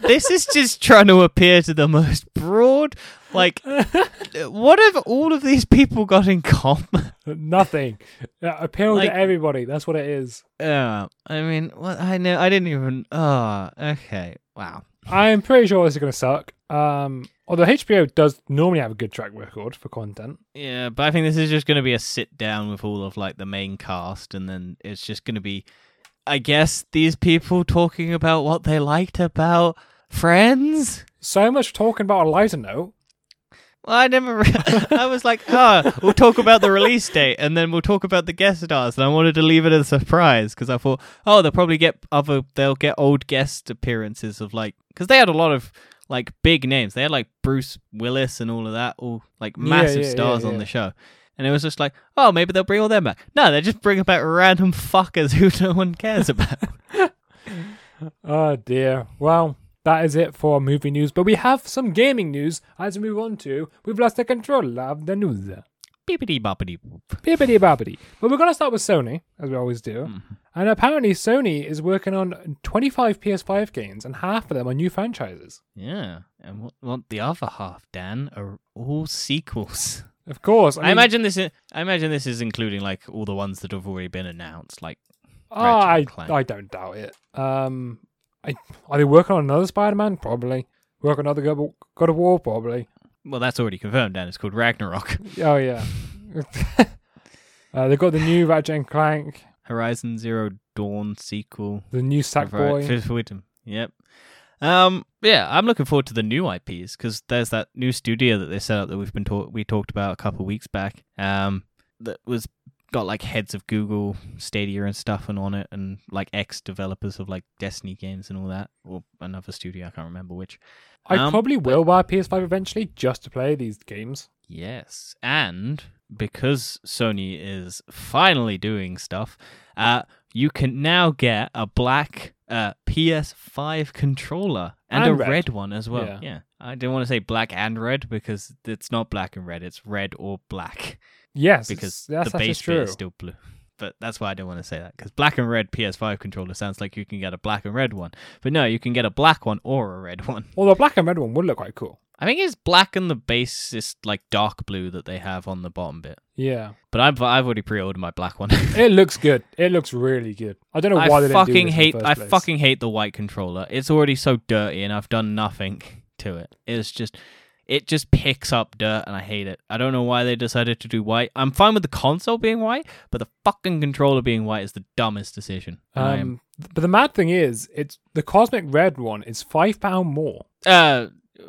this is just trying to appear to the most broad. Like, what have all of these people got in common?
Nothing. Yeah, appeal
Like-
to everybody. That's what it is.
Uh, I mean, what I know, I didn't even. Oh, okay. Wow.
I'm pretty sure this is going to suck. Um, although HBO does normally have a good track record for content.
Yeah, but I think this is just going to be a sit down with all of like the main cast, and then it's just going to be, I guess, these people talking about what they liked about Friends.
So much talking about a lighter note.
Well, I never. Re- I was like, oh, we'll talk about the release date, and then we'll talk about the guest stars. And I wanted to leave it as a surprise because I thought, oh, they'll probably get other. They'll get old guest appearances of like because they had a lot of like big names. They had like Bruce Willis and all of that, all like massive
yeah, yeah,
stars on
yeah.
the show. And it was just like, oh, maybe they'll bring all them back. No, they're just bringing back random fuckers who no one cares about.
Oh dear. Well, that is it for movie news, but we have some gaming news as we move on to We've Lost the Control of the News.
Beepity boppity. boop.
Bibbidi bobbidi. But we're going to start with Sony, as we always do.
Mm-hmm.
And apparently, Sony is working on 25 PS5 games, and half of them are new franchises.
Yeah. And what, what the other half, Dan, are all sequels.
Of course. I,
I,
mean,
imagine this. Is, I imagine this is including like all the ones that have already been announced. Like,
Oh, I,
Ratchet and Clank.
I don't doubt it. Um, I, are they working on another Spider Man? Probably. Work on another God God of War? Probably.
well, that's already confirmed. Dan, it's called Ragnarok,
Oh, yeah. uh, they've got the new Ratchet and Clank,
Horizon Zero Dawn sequel.
the new Sackboy.
Fifth Witness. Yep. Um. Yeah, I'm looking forward to the new IPs because there's that new studio that they set up that we've been talk we talked about a couple weeks back. Um. That was got like heads of Google Stadia and stuff and on it, and like ex developers of like Destiny games and all that, or another studio I can't remember which.
I
Um,
probably will buy a PS5 eventually just to play these games.
Yes, and because Sony is finally doing stuff, uh, you can now get a black uh, PS5 controller and,
And
a red.
red.
one as well. Yeah.
Yeah.
I didn't want to say black and red because it's not black and red; it's red or black
Yes,
because
it's- that's
the
actually
base bit
true.
is still blue. But that's why I don't want to say that because black and red PS5 controller sounds like you can get a black and red one, but no, you can get a black one or a red one.
Although black and red one would look quite cool.
I think it's black and the base is like dark blue that they have on the bottom bit.
Yeah,
But I've I've already pre-ordered my black one.
it looks good. It looks really good. I don't know
I
why they
fucking
didn't do this
hate
In the
I
first place.
fucking hate the white controller. It's already so dirty and I've done nothing to it. It's just it just picks up dirt and I hate it. I don't know why they decided to do white. I'm fine with the console being white, but the fucking controller being white is the dumbest decision. And I am-
Um, but the mad thing is, it's the cosmic red one is five pound more.
uh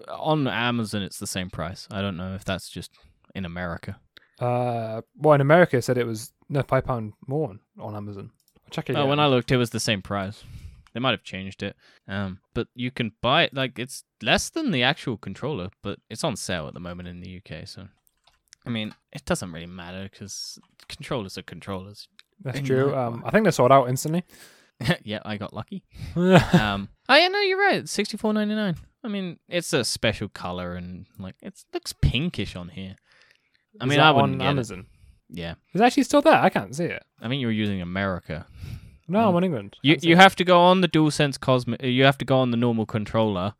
on Amazon it's the same price. I don't know if that's just in America.
Uh, well, in America, it said it was no five pound more on, on Amazon. I'll check it.
Oh,
out.
when I looked, it was the same price. They might have changed it. Um, but you can buy it like it's less than the actual controller, but it's on sale at the moment in the UK. So, I mean, it doesn't really matter because controllers are controllers.
that's
in
true.
that
Um,
one.
I think they sold out instantly.
yeah, I got lucky.
yeah,
Um, oh yeah, no, you're right. Sixty four ninety nine. I mean, it's a special color and like it looks pinkish on here. I
Is
mean,
that
I wouldn't
on
get it.
Amazon.
Yeah,
It's actually still there. I can't see it.
I mean, you were using America.
No,
Mm.
I'm on England.
You
Can't see
you
it.
have to go on the DualSense Cosmic. You have to go on the normal controller,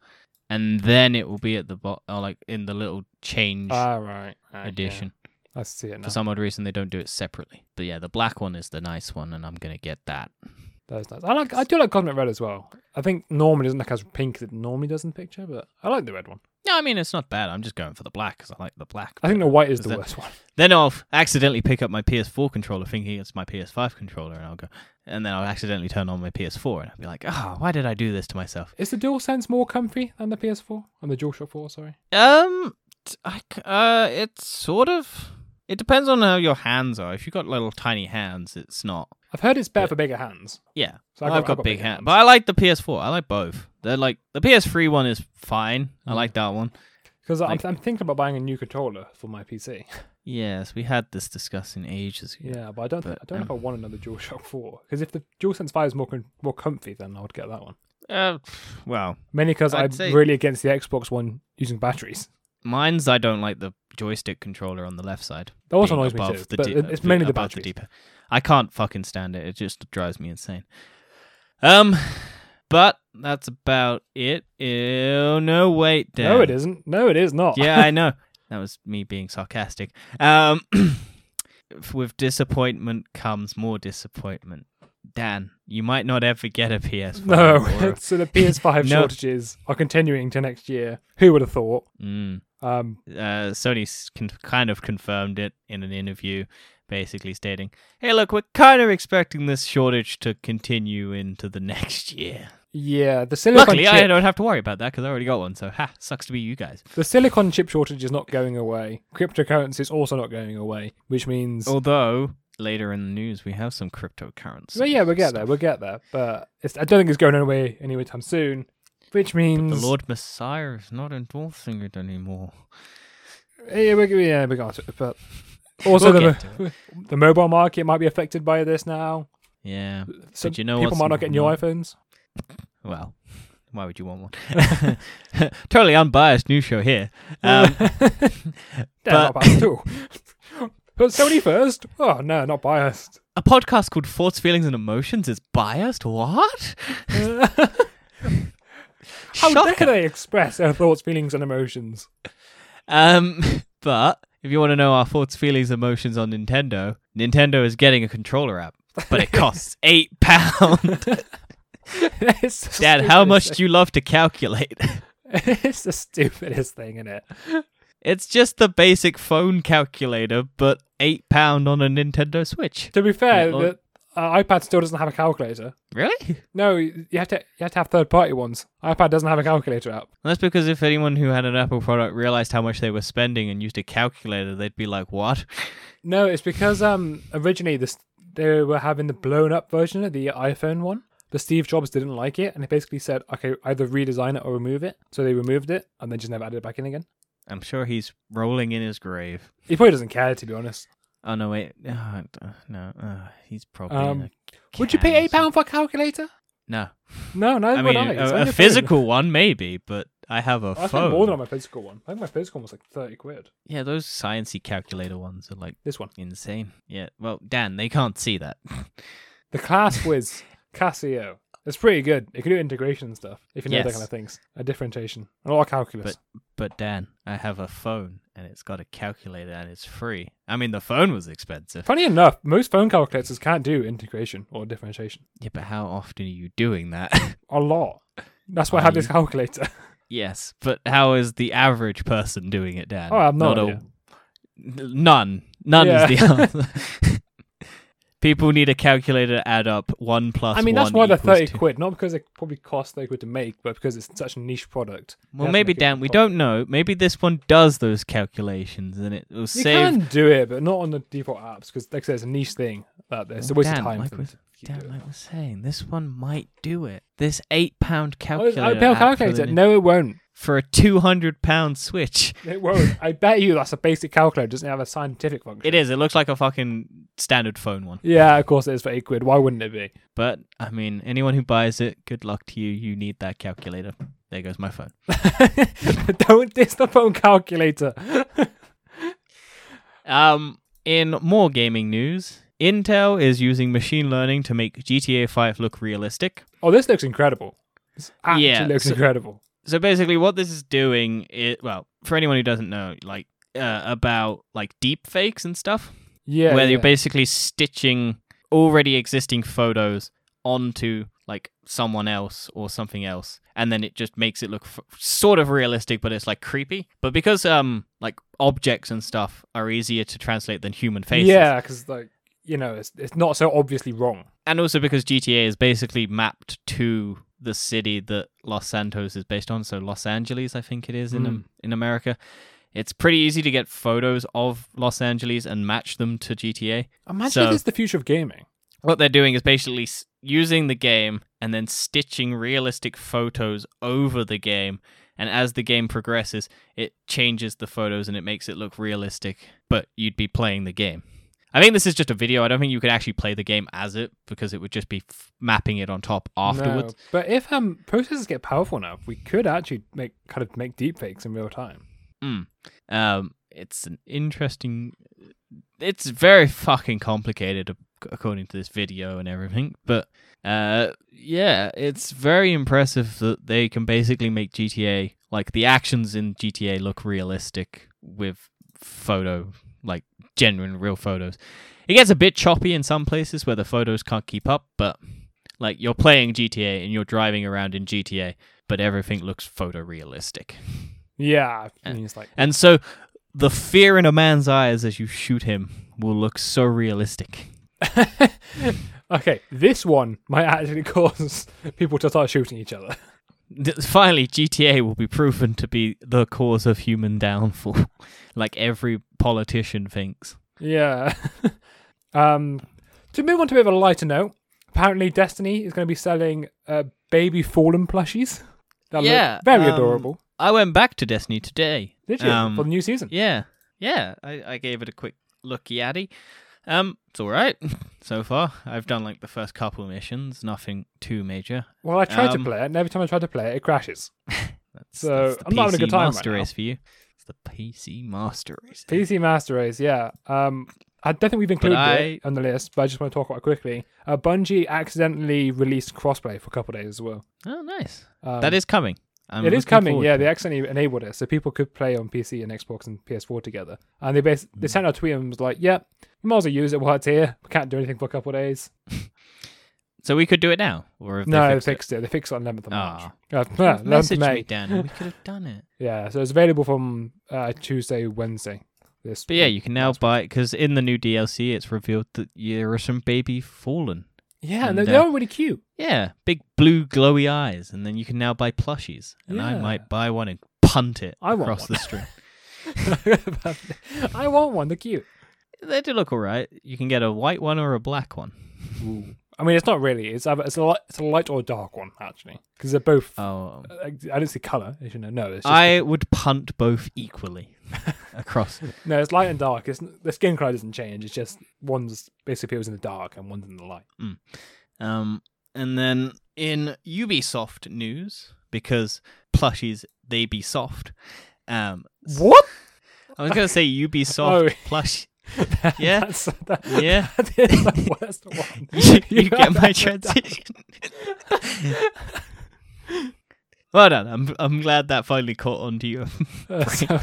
and then it will be at the bot, or like in the little change
Ah, right. right,
edition.
yeah. I see it now.
For some odd reason, they don't do it separately. But yeah, the black one is the nice one, and I'm gonna get that.
That's nice. I like. I do like cosmic red as well. I think normally doesn't look as pink as it normally does in the picture, but I like the red one.
No, I mean it's not bad. I'm just going for the black because I like the black.
I think the white is
Is
the
that-
worst one.
Then I'll f- accidentally pick up my PS4 controller, thinking it's my PS5 controller, and I'll go, and then I'll accidentally turn on my PS4, and I'll be like, oh, why did I do this to myself?
Is the DualSense more comfy than the PS4? And the DualShock 4, sorry.
Um, t- I c- uh, it's sort of. It depends on how your hands are. If you've got little tiny hands, it's not.
I've heard it's better for bigger hands.
Yeah,
So
I've, got, big hands, but I like the PS4. I like both. They're like the PS3 one is fine. I like that one.
Because
like-
I'm, I'm thinking about buying a new controller for my PC.
Yes, we had this discussing ages ago.
Yeah, but I don't. think
But,
I don't know if I
um,
want another DualShock Four because if the DualSense Five is more con- more comfy, then I would get that one.
Uh, well,
Mainly because
I'd
I'm
say-
really against the Xbox One using batteries.
mine's I don't like the joystick controller on the left side.
That also
being
annoys me
above
too.
the
but
D-
it- it's mainly the
above
batteries.
D-pad. I can't fucking stand it. It just drives me insane. Um, but that's about it. Ew, no wait, Dan.
no, it isn't. No, it is not.
yeah, I know. That was me being sarcastic. Um, with disappointment comes more disappointment. Dan, you might not ever get a PS5.
No.
or-
so the PS5
No.
shortages are continuing to next year. Who would have thought?
Mm.
Um,
Uh, Sony s- con- kind of confirmed it in an interview, basically stating, "Hey, look, we're kind of expecting this shortage to continue into the next year.
yeah, the silicon
Luckily,
chip,
I don't have to worry about that because I already got one. So, ha, sucks to be you guys.
the silicon chip shortage is not going away. Cryptocurrency is also not going away, which means
Although later in the news, we have some cryptocurrency.
Well, yeah, we'll get
stuff.
there. We'll get there. But it's, I don't think it's going away anywhere time soon. Which means
The Lord Messiah is not endorsing it anymore.
Yeah, we yeah, we got it. But also
We'll
the,
get to
mo- the mobile market might be affected by this now.
Yeah.
So
But you know
people
what's
might not get new
not-
iPhones.
Well, why would you want one? totally unbiased news show here. Um,
Yeah, not
but-
biased at all. but Sony first. Oh no, not biased.
a podcast called Thoughts, Feelings, and Emotions is biased? What?
How
Shocker.
dare they express their thoughts, feelings, and emotions?
Um, but if you want to know our thoughts, feelings, emotions on Nintendo, Nintendo is getting a controller app, but it costs eight pounds.
it's the
Dad, how
stupidest
much do you love to calculate?
thing. it's the stupidest thing, isn't it?
It's just the basic phone calculator, but eight pound on a Nintendo Switch.
To be fair,
Yeah, or-
the uh, iPad still doesn't have a calculator.
Really?
No, you you have to you have to have third party ones. iPad doesn't have a calculator app.
That's because if anyone who had an Apple product realized how much they were spending and used a calculator, they'd be like, "What?"
No, it's because um originally this they were having the blown up version of the iPhone one. But Steve Jobs didn't like it, and it basically said, "Okay, either redesign it or remove it." So they removed it, and then just never added it back in again.
I'm sure he's rolling in his grave.
He probably doesn't care, to be honest.
Oh no, wait, oh, no, uh, he's probably.
Um,
in a
Would you pay
can or
eight pound for a calculator?
something. No,
No, neither
I
would
mean
I. It's
a,
on
a
your phone.
physical one maybe, but I have a
I spent
phone.
more than on my physical one. I think my physical one was like thirty quid.
Yeah, those sciency calculator ones are like
This one,
insane. Yeah, well, Dan, they can't see that.
the class quiz Casio. It's pretty good. It can do integration and stuff if you know that
Yes.
kind of things. A differentiation, a lot of calculus.
But but Dan, I have a phone and it's got a calculator and it's free. I mean, the phone was expensive.
Funny enough, most phone calculators can't do integration or differentiation.
Yeah, but how often are you doing that?
A lot. That's why I
Are
have this
you-
calculator.
yes, but how is the average person doing it, Dan?
Oh, I have no
Not a-
idea.
N- None. None is the
Yeah.
answer. People need a calculator to add up one plus.
I mean, that's why
one
they're
equals
30
two.
quid, not because it probably costs 30 quid to make, but because it's such a niche product. They
Well,
have to
maybe
make it
Dan, we
cost-
don't know. Maybe this one does those calculations and it will
You
save.
can do it, but not on the default apps, because, like I said, it's a niche thing. That It's a waste
Dan,
of time.
like
for them
we-
to keep
Dan,
doing
like we're saying, this one might do it. This eight pound
it.
calculator.
I bet
app for the
calculator.
Nin-
No, it won't.
for a two hundred pound switch.
It won't. I bet you that's a basic calculator. It doesn't have a scientific function.
It is. It looks like a fucking standard phone one.
Yeah, of course it is for 8 quid. Why wouldn't it be?
But I mean, anyone who buys it, good luck to you. You need that calculator. There goes my phone.
don't diss the phone calculator.
Um, in more gaming news, Intel is using machine learning to make GTA 5 look realistic.
Oh, this looks incredible. This actually
Yeah,
looks
so-
incredible.
So basically, what this is doing is well, for anyone who doesn't know, like uh, about like deep fakes and stuff,
Yeah.
where
yeah.
you're basically stitching already existing photos onto like someone else or something else and then it just makes it look f- sort of realistic but it's like creepy but because um like objects and stuff are easier to translate than human faces
Yeah, because like you know, it's it's not so obviously wrong.
and also because GTA is basically mapped to the city that Los Santos is based on, so Los Angeles, I think it is in
Mm.
Am- in America. It's pretty easy to get photos of Los Angeles and match them to GTA.
Imagine
So-
if this is the future of gaming.
What they're doing is basically s- using the game and then stitching realistic photos over the game. And as the game progresses, it changes the photos and it makes it look realistic, but you'd be playing the game. I think this is just a video. I don't think you could actually play the game as it because it would just be f- mapping it on top afterwards.
No. But if um processors get powerful enough, we could actually make kind of make deepfakes in real time.
Um, it's an interesting. It's very fucking complicated, ac- according to this video and everything. But uh, yeah, it's very impressive that they can basically make GTA like the actions in GTA look realistic with photo, like genuine real photos. It gets a bit choppy in some places where the photos can't keep up, but like you're playing GTA and you're driving around in GTA, but everything looks photorealistic.
Yeah, I mean, it's like
And so the fear in a man's eyes as you shoot him will look so realistic.
okay, this one might actually cause people to start shooting each other.
Th- Finally, GTA will be proven to be the cause of human downfall, like every politician thinks.
Yeah. um, to move on to a bit of a lighter note, apparently Destiny is going to be selling uh, baby fallen plushies. That
Yeah,
look very
um,
adorable.
I went back to Destiny today.
Did you
um,
for the new season?
Yeah, yeah. I, I gave it a quick looky atty. Um, it's all right so far. I've done like the first couple missions, nothing too major.
Well, I tried
um,
to play it, and every time I try to play it, it crashes.
That's,
So,
that's the
I'm
PC
not having a good time right
master
now.
race for you. It's the PC master race.
PC Master Race, yeah. Um, I don't think we've included it on the list, but I just want to talk about it quickly. Uh, Bungie accidentally released crossplay for a couple of days as well.
Oh, nice.
Um,
that is coming. I'm
it is
looking
coming,
forward
yeah.
to
They accidentally enabled it, so people could play on PC and Xbox and PS4 together. And they bas-
Hmm.
they sent out a tweet and was like, "Yeah, you might as well use it while it's here. We can't do anything for a couple of days."
it. So we could do it now, or if
no,
they
they
fixed it.
fixed it. They fixed it on 11th of March.
Ah.
Uh, yeah, 11th of
message me,
May.
Dan. We could have done it.
Yeah, so it's available from uh, Tuesday, Wednesday. This,
But yeah, you can now buy it because in the new DLC, it's revealed that there are some baby fallen.
yeah, and
and,
they're, they're
uh,
all really cute.
Yeah, big blue glowy eyes, and then you can now buy plushies. And I
Yeah.
might buy one and punt it
I want
across
one.
the street.
I want one. They're cute.
they do look all right. You can get a white one or a black one.
I mean, it's not really. It's either, it's a light, it's a light or a dark one actually, because they're both.
Oh,
I I don't see color. As you know, no, it's just,
I would punt both equally across.
no, it's light and dark. It's the skin color doesn't change. It's just one's basically appears in the dark and one's in the light.
Um, and then in Ubisoft news, because plushies they be soft. Um,
What?
I was gonna say
Oh.
Ubisoft plush. Yeah.
that's, that,
Yeah.
that is the worst one.
you, you get
have
my
that
transition. well done. I'm I'm glad that finally caught on to you.
down. That's so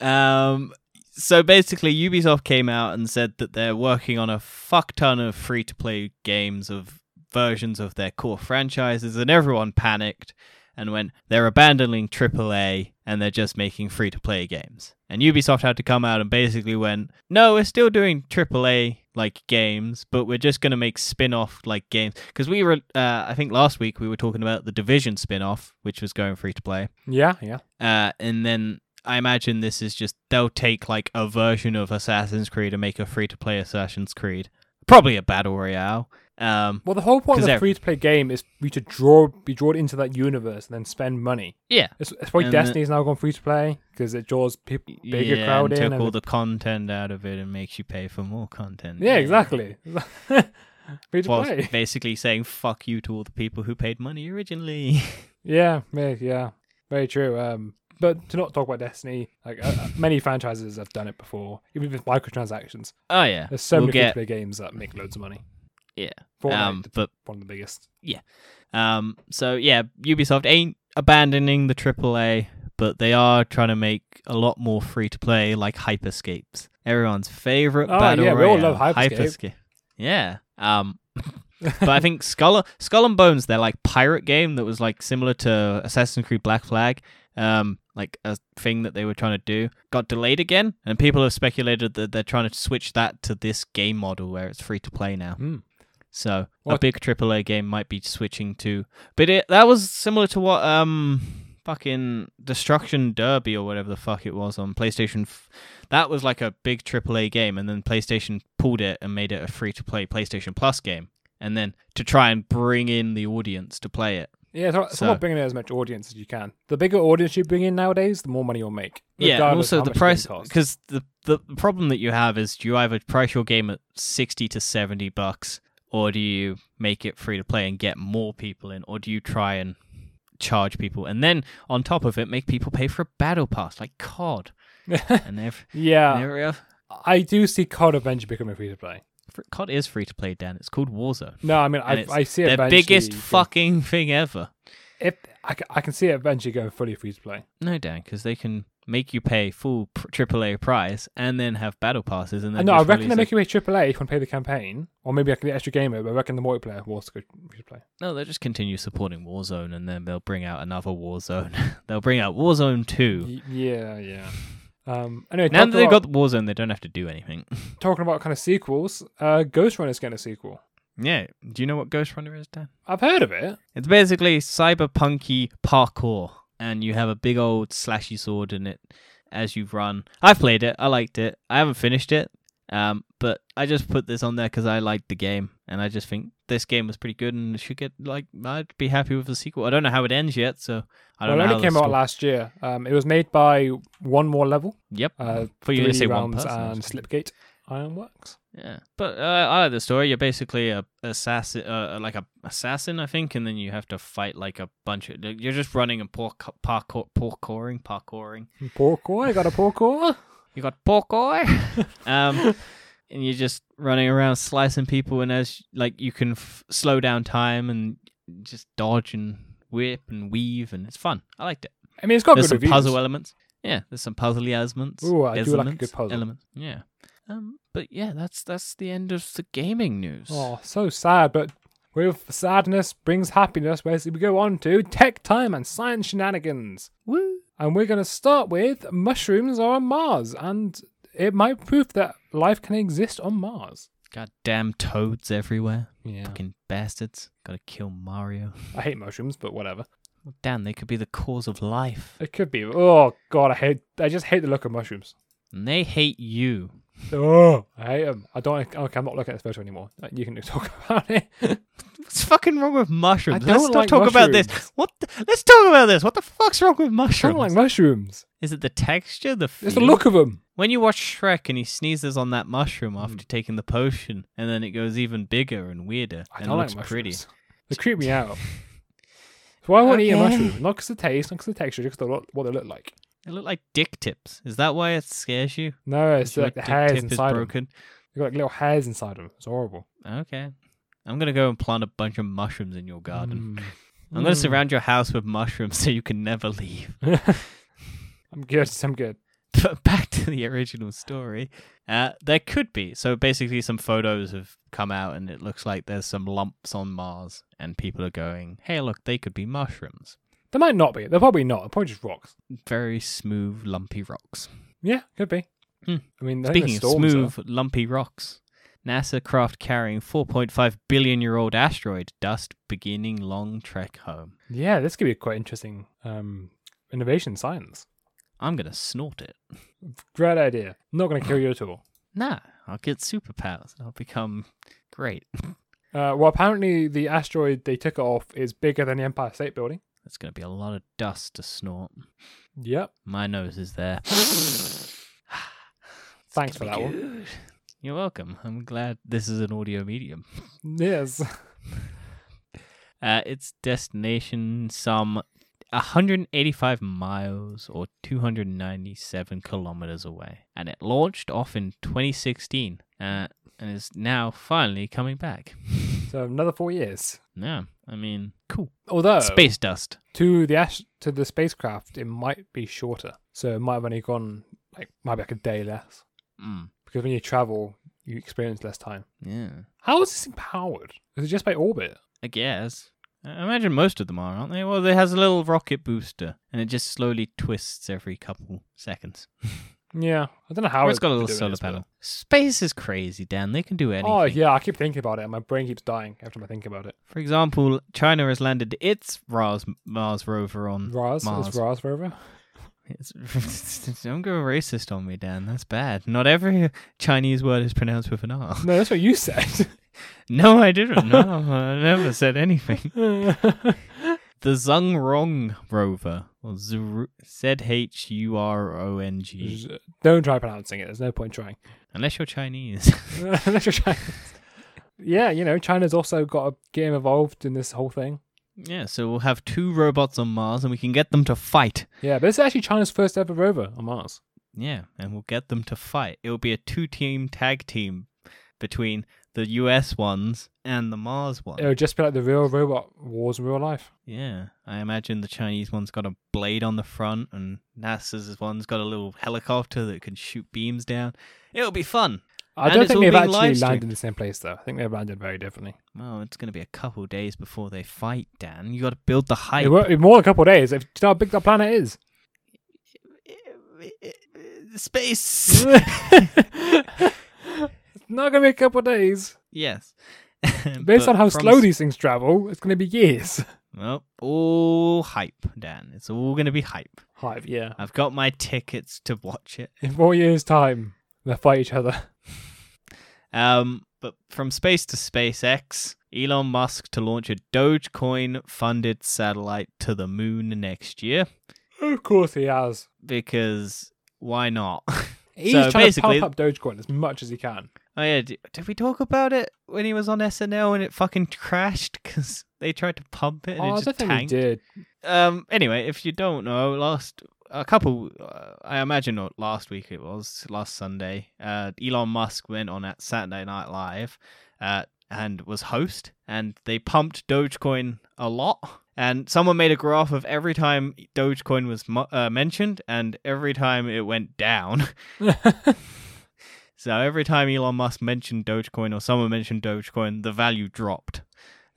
bad.
Um, so basically, Ubisoft came out and said that they're working on a fuck ton of free to play games of versions of their core franchises, and everyone panicked and went, they're abandoning AAA and they're just making free to play games. And Ubisoft had to come out and basically went, no, we're still doing AAA like games, but we're just going to make spin off like games. Because we were, uh, I think last week we were talking about the Division spin off, which was going free to play.
Yeah, yeah.
Uh, and then I imagine this is just they'll take like a version of Assassin's Creed and make a free to play Assassin's Creed, probably a battle royale. Um,
Well, the whole point
'Cause
of
they're-
a free-to-play game is for you to draw, be drawn into that universe, and then spend money.
yeah,
It's, it's why
And the-
Destiny's now gone free-to-play because it draws people bigger
yeah,
crowd
and
in.
took
and
all the content out of it and makes you pay for more content.
Yeah, exactly. Free to
Whilst
play.
basically saying fuck you to all the people who paid money originally.
Yeah, yeah, yeah, very true. Um, but to not talk about Destiny, like uh, uh, many franchises have done it before, even with microtransactions.
oh yeah,
There's so
we'll
many
get
free to play games that make loads of money.
Yeah.
Fortnite,
um, but
one of the biggest.
Um, so yeah, Ubisoft ain't abandoning the AAA, but they are trying to make a lot more free to play, like Hyperscapes, everyone's favorite
Oh,
battle
yeah, we
royale.
all love Hyperscape.
Hypersca- Yeah. Um, but I think Skull Skull and Bones, they're like pirate game that was like similar to Assassin's Creed Black Flag. Um, like a thing that they were trying to do got delayed again, and people have speculated that they're trying to switch that to this game model where it's free to play now.
Mm.
So a
What-
big AAA game might be switching to, but it, that was similar to what um fucking Destruction Derby or whatever the fuck it was on PlayStation. F- that was like a big AAA game, and then PlayStation pulled it and made it a free to play PlayStation Plus game, and then to try and bring in the audience to play it.
Yeah, it's, all- it's
So-
about bringing in as much audience as you can. The bigger audience you bring in nowadays, the more money you'll make.
Yeah, and
regardless
also
how
the
much the
price
game costs.
because the the problem that you have is do you either price your game at sixty to seventy bucks, or do you make it free to play and get more people in, or do you try and charge people and then on top of it make people pay for a battle pass like COD and ev-
Yeah,
and every other
I do see COD eventually becoming free to play.
fr- COD is free to play, Dan. It's called Warzone.
No, I mean,
And
I,
it's
I see it
the
eventually
biggest
going-
fucking thing ever.
If I, c- I can see it eventually going fully free to play.
No, Dan, because they can make you pay full pr- AAA price and then have battle passes and then.
no, I
just
reckon
release
they're
a-
making way AAA if you want to play the campaign, or maybe I can get extra gamer. But I reckon the multiplayer will also go free to play.
No, they'll just continue supporting Warzone and then they'll bring out another Warzone. they'll bring out Warzone 2.
Y- yeah, yeah. Um, anyway,
Now that
talking
they've
about,
got Warzone, they don't have to do anything.
talking about kind of sequels, uh, Ghost Runner's getting a sequel.
yeah. Do you know what Ghost Runner is, Dan?
I've heard of it.
It's basically cyberpunky parkour, and you have a big old slashy sword in it as you run. I've played it. I liked it. I haven't finished it, um, but I just put this on there because I liked the game, and I just think this game was pretty good, and it should get like I'd be happy with the sequel. I don't know how it ends yet, so I don't
well,
know.
it
how
only
the
came out
story-
last year. Um, it was made by One More Level,
Yep.
uh,
For Oh, you to
Three
say one
Rounds,
person. I was
and
just-
Slipgate Ironworks.
Yeah, but uh, I like the story. You're basically a assassin, uh, like a assassin, I think, and then you have to fight like a bunch of. You're just running and parkour, parkour, parkouring, parkouring.
Porkor, you got a porkor?
You got parkour, um, and you're just running around slicing people. And as like you can f- slow down time and just dodge and whip and weave, and it's fun. I liked it.
I mean, it's got
there's
good
some
reviews.
puzzle elements. Yeah, there's some puzzly elements.
Ooh, I do like a
elements,
good puzzle.
Elements. Yeah. Um, but yeah, that's that's the end of the gaming news.
Oh, so sad, but with sadness brings happiness. Whereas we go on to tech time and science shenanigans.
Woo.
And we're going to start with mushrooms are on Mars, and it might prove that life can exist on Mars.
Goddamn toads everywhere.
Yeah.
Fucking bastards. Gotta kill Mario.
I hate mushrooms, but whatever.
Well, Dan, they could be the cause of life.
It could be. Oh, God, I hate. I just hate the look of mushrooms.
And they hate you.
Oh, I hate 'em. I don't. Okay, I'm not looking at this photo anymore. Like, You can talk about it.
What's fucking wrong with mushrooms?
I
Let's
don't
not
like
talk about this.
mushrooms.
What? The, let's talk about this. What the fuck's wrong with
I
mushrooms?
don't like mushrooms.
Is it the texture? The feel?
It's the look of them.
When you watch Shrek and he sneezes on that
Hmm.
mushroom after taking the potion, and then it goes even bigger and weirder
I
and
don't
looks
like
pretty.
mushrooms. They creep me out. So I won't eat a
Okay.
mushroom. Not because the taste, not because the texture, just because what they look like.
They look like dick tips. Is that why it scares you?
No, it's
Your
like the
dick
hairs
tip is
inside them.
broken.
They've got like little hairs inside them. It's horrible.
Okay. I'm gonna go and plant a bunch of mushrooms in your garden.
Mm.
I'm gonna surround your house with mushrooms so you can never leave.
I'm good. I'm good.
But back to the original story. Uh, there could be. So basically, some photos have come out, and it looks like there's some lumps on Mars, and people are going, "Hey, look, they could be mushrooms.
They might not be. They're probably not. They're probably just rocks.
Very smooth, lumpy rocks."
Yeah, could be.
Hmm.
I mean, I think
Speaking
the
of
storms
smooth, lumpy rocks, NASA craft carrying 4.5 billion year old asteroid dust beginning long trek home.
are- yeah, this could be quite interesting um, innovation in science.
I'm gonna snort it.
Great idea. Not going to kill you at all.
Nah, I'll get superpowers. I'll become great.
Uh, well, apparently the asteroid they took it off is bigger than the Empire State Building.
That's gonna be a lot of dust to snort.
Yep.
My nose is there.
Thanks for that one.
Good. You're welcome. I'm glad this is an audio medium.
Yes.
Uh, its destination some 185 miles or 297 kilometers away, and it launched off in 2016 uh, and is now finally coming back.
So another four years.
Yeah, I mean, cool.
Although
Space dust.
to the ash- to the spacecraft, it might be shorter. So it might have only gone like might be like a day less
Mm,
because when you travel, you experience less time.
yeah,
How is this thing powered? Is it just by orbit?
I guess. I imagine most of them are, aren't they? Well, it has a little rocket booster, and it just slowly twists every couple seconds.
Yeah, I don't know how
Or it's got a little
doing
solar
this, but-
panel. Space is crazy, Dan. They can do anything.
Oh yeah, I keep thinking about it. and My brain keeps dying every time I think about it.
For example, China has landed its Mars Mars rover on
Raz
Mm. Mars.
is Raz rover.
It's, don't go racist on me, Dan. That's bad. Not every Chinese word is pronounced with an R.
No, that's what you said.
No, I didn't. No, I never said anything.
yeah,
The Zhurong rover, or Zur- Z-H-U-R-O-N-G.
uh, don't try pronouncing it. There's no point trying.
Unless you're Chinese.
Unless you're Chinese. Yeah, you know, China's also got to get involved in this whole thing.
yeah, so we'll have two robots on Mars and we can get them to fight.
Yeah, but this is actually China's first ever rover on Mars.
Yeah, and we'll get them to fight. It'll be a two team tag team between the US ones and the Mars one.
It would just be like the real robot wars in real life.
Yeah, I imagine the Chinese one's got a blade on the front, and NASA's one's got a little helicopter that can shoot beams down. It'll be fun.
I
And
don't
it's
think
all
they've
being
actually
live-streamed.
landed in the same place though. I think they've landed very differently.
Well, it's going to be a couple days before they fight, Dan. You got to build the hype.
It won't be more than a couple of days. If you know how big that planet is.
Space.
it's not gonna be a couple of days.
yes.
Based
But
on how
from
slow these things travel, it's gonna be years.
Well, all hype, Dan. It's all going to be hype.
Five, yeah.
I've got my tickets to watch it.
In four years' time, they'll fight each other.
Um, but from space to SpaceX, Elon Musk to launch a Dogecoin funded satellite to the moon next year
Of course he has.
because why not? oh
He's
So
trying
basically-
to pump up Dogecoin as much as he can.
Oh, yeah, did, did we talk about it when he was on SNL and it fucking crashed because they tried to pump it and
Oh, I don't
it just
think he
tanked?
did.
Um, anyway, if you don't know, last a couple, uh, I imagine not last week it was last Sunday. Uh, Elon Musk went on at Saturday Night Live, uh, and was host, and they pumped Dogecoin a lot. And someone made a graph of every time Dogecoin was mu- uh, mentioned and every time it went down. So every time Elon Musk mentioned Dogecoin or someone mentioned Dogecoin, the value dropped.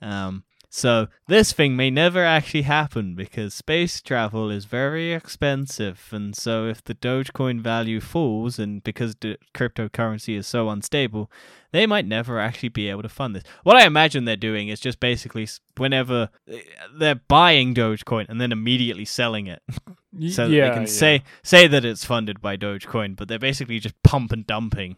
Um, so this thing may never actually happen because space travel is very expensive, and so if the Dogecoin value falls, and because d- cryptocurrency is so unstable, they might never actually be able to fund this. What I imagine they're doing is just basically s- whenever eh, they're buying Dogecoin and then immediately selling it
Y-
so
yeah,
that they can
yeah.
say say that it's funded by Dogecoin, but they're basically just pump and dumping.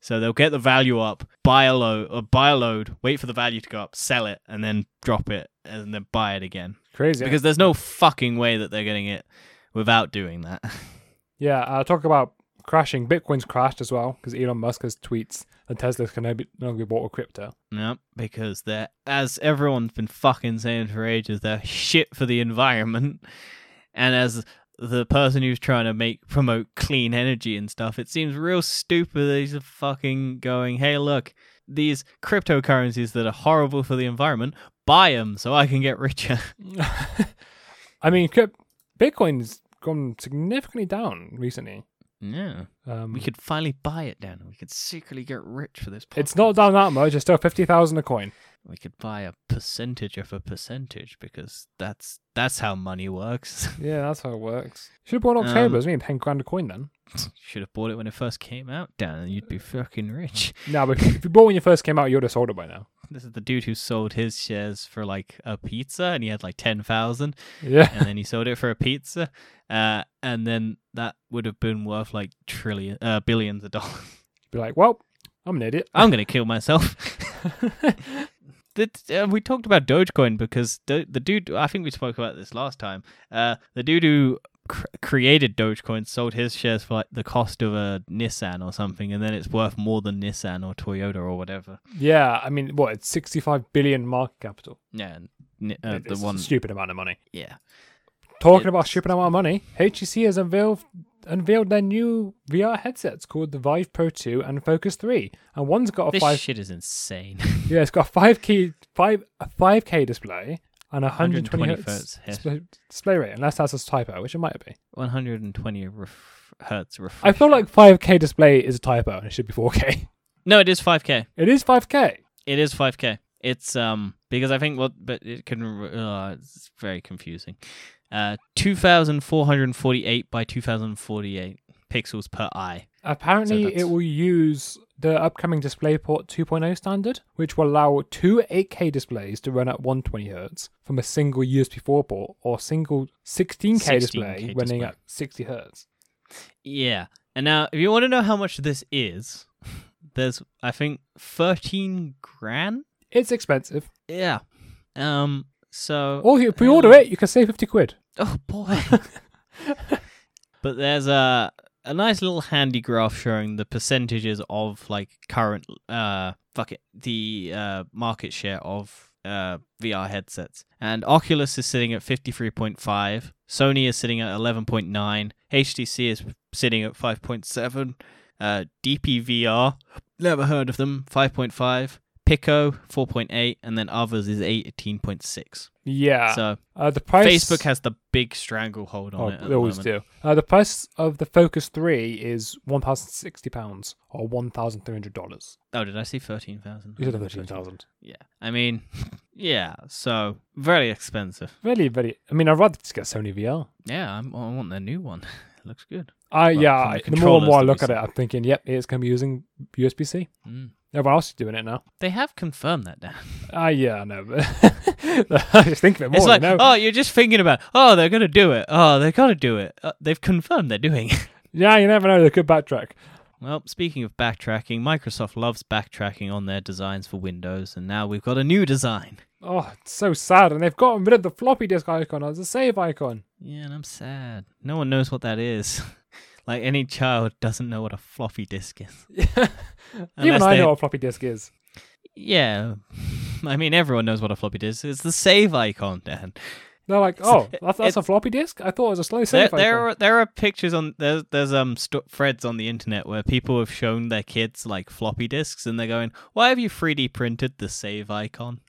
So they'll get the value up, buy a load, or buy a load, wait for the value to go up, sell it, and then drop it, and then buy it again.
crazy
Because there's no fucking way that they're getting it without doing that.
Yeah, uh, talk about crashing. Bitcoin's crashed as well because Elon Musk has tweets that Teslas can no be- no longer be bought with crypto.
no, because they're as everyone's been fucking saying for ages, they're shit for the environment. And as the person who's trying to make promote clean energy and stuff, it seems real stupid that he's fucking going, hey, look, these cryptocurrencies that are horrible for the environment, buy them so I can get richer.
I mean, crypt- Bitcoin's gone significantly down recently.
yeah,
Um,
we could finally buy it down. We could secretly get rich for this. Podcast.
it's not down that much. It's still fifty thousand a coin.
We could buy a percentage of a percentage because that's that's how money works.
Yeah, that's how it works. Should have bought in October.
Um,
it's only ten grand a coin then.
Should have bought it when it first came out, Dan, and you'd be fucking rich.
No, but if you bought when you first came out, you'd have sold it by now.
This is the dude who sold his shares for like a pizza, and he had like ten thousand,
Yeah,
and then he sold it for a pizza, uh, and then that would have been worth like trillion, uh, billions of dollars.
be like, well, I'm an idiot.
I'm gonna kill myself. That, uh, we talked about Dogecoin because the, the dude, I think we spoke about this last time. Uh, the dude who cr- created Dogecoin sold his shares for like the cost of a Nissan or something, and then it's worth more than Nissan or Toyota or whatever.
yeah, I mean, what? It's sixty-five billion market capital.
Yeah, and ni- uh, the
it's
one.
a stupid amount of money.
Yeah,
Talking about
It's-
shipping out our money, HTC has unveiled unveiled their new VR headsets called the Vive Pro 2 and Focus 3, and one's got a
this
five
shit is insane.
yeah, it's got a five key five a five K display and a hundred
120
twenty
hertz,
hertz
yeah.
display, display rate, unless that's a typo, which it might be.
120 ref- hertz. Ref-
I feel like five K display is a typo and it should be four K.
no, it is 5k.
It is five K.
It is 5k. It's um because I think what but it can uh, it's very confusing. Uh 2448 by 2048. pixels per eye.
Apparently,
that's-
it will use the upcoming DisplayPort 2.0 standard, which will allow two 8K displays to run at 120Hz from a single USB 4 port or single 16K,
16K
display running
display.
at 60Hz.
Yeah. And now, if you want to know how much this is, there's I think thirteen grand.
It's expensive.
Yeah. Um. So.
Or if you pre order
Um,
it, you can save 50 quid.
Oh boy. but there's a a nice little handy graph showing the percentages of like current uh fuck it the uh market share of uh VR headsets. And Oculus is sitting at 53.5, Sony is sitting at 11.9, HTC is sitting at 5.7, uh DPVR never heard of them 5.5, Pico 4.8 and then others is 18.6.
Yeah.
so
uh, the price.
Facebook has the big stranglehold on
Oh,
it. At
they
the
always
moment.
do. Uh, the price of the Focus 3 is £1,060 or $1,300.
Oh, did I see thirteen thousand?
You said 13000
Yeah, I mean, yeah. So very expensive.
Really, very. I mean, I'd rather just get Sony VR.
Yeah, I'm, I want the new one. it looks good.
I
Well,
yeah, I-
from the
the, more and
controllers
more I
that
look
we
at it, I'm thinking, yep, it's going to be using USB C.
Mm.
Everyone else is doing it now.
They have confirmed that now.
Ah, yeah, I know. But I just think of it more.
it's like,
you know?
oh, you're just thinking about, oh, they're gonna do it. Oh, they gotta do it. Uh, they've confirmed they're doing it.
Yeah, you never know. They could backtrack.
Well, speaking of backtracking, Microsoft loves backtracking on their designs for Windows, and now we've got a new design.
Oh, it's so sad. And they've gotten rid of the floppy disk icon as a save icon.
Yeah, and I'm sad. No one knows what that is. like any child doesn't know what a floppy disk is. Unless
Even I
they-
know what a floppy disk is.
Yeah. I mean, everyone knows what a floppy disk is. It's the save icon, Dan.
They're like, oh, that's, that's a
it's-
floppy disk. I thought it was a slow
There,
save
there,
icon.
are, there are pictures on there's there's um st- threads on the internet where people have shown their kids like floppy disks and they're going, "Why have you 3D printed the save icon?"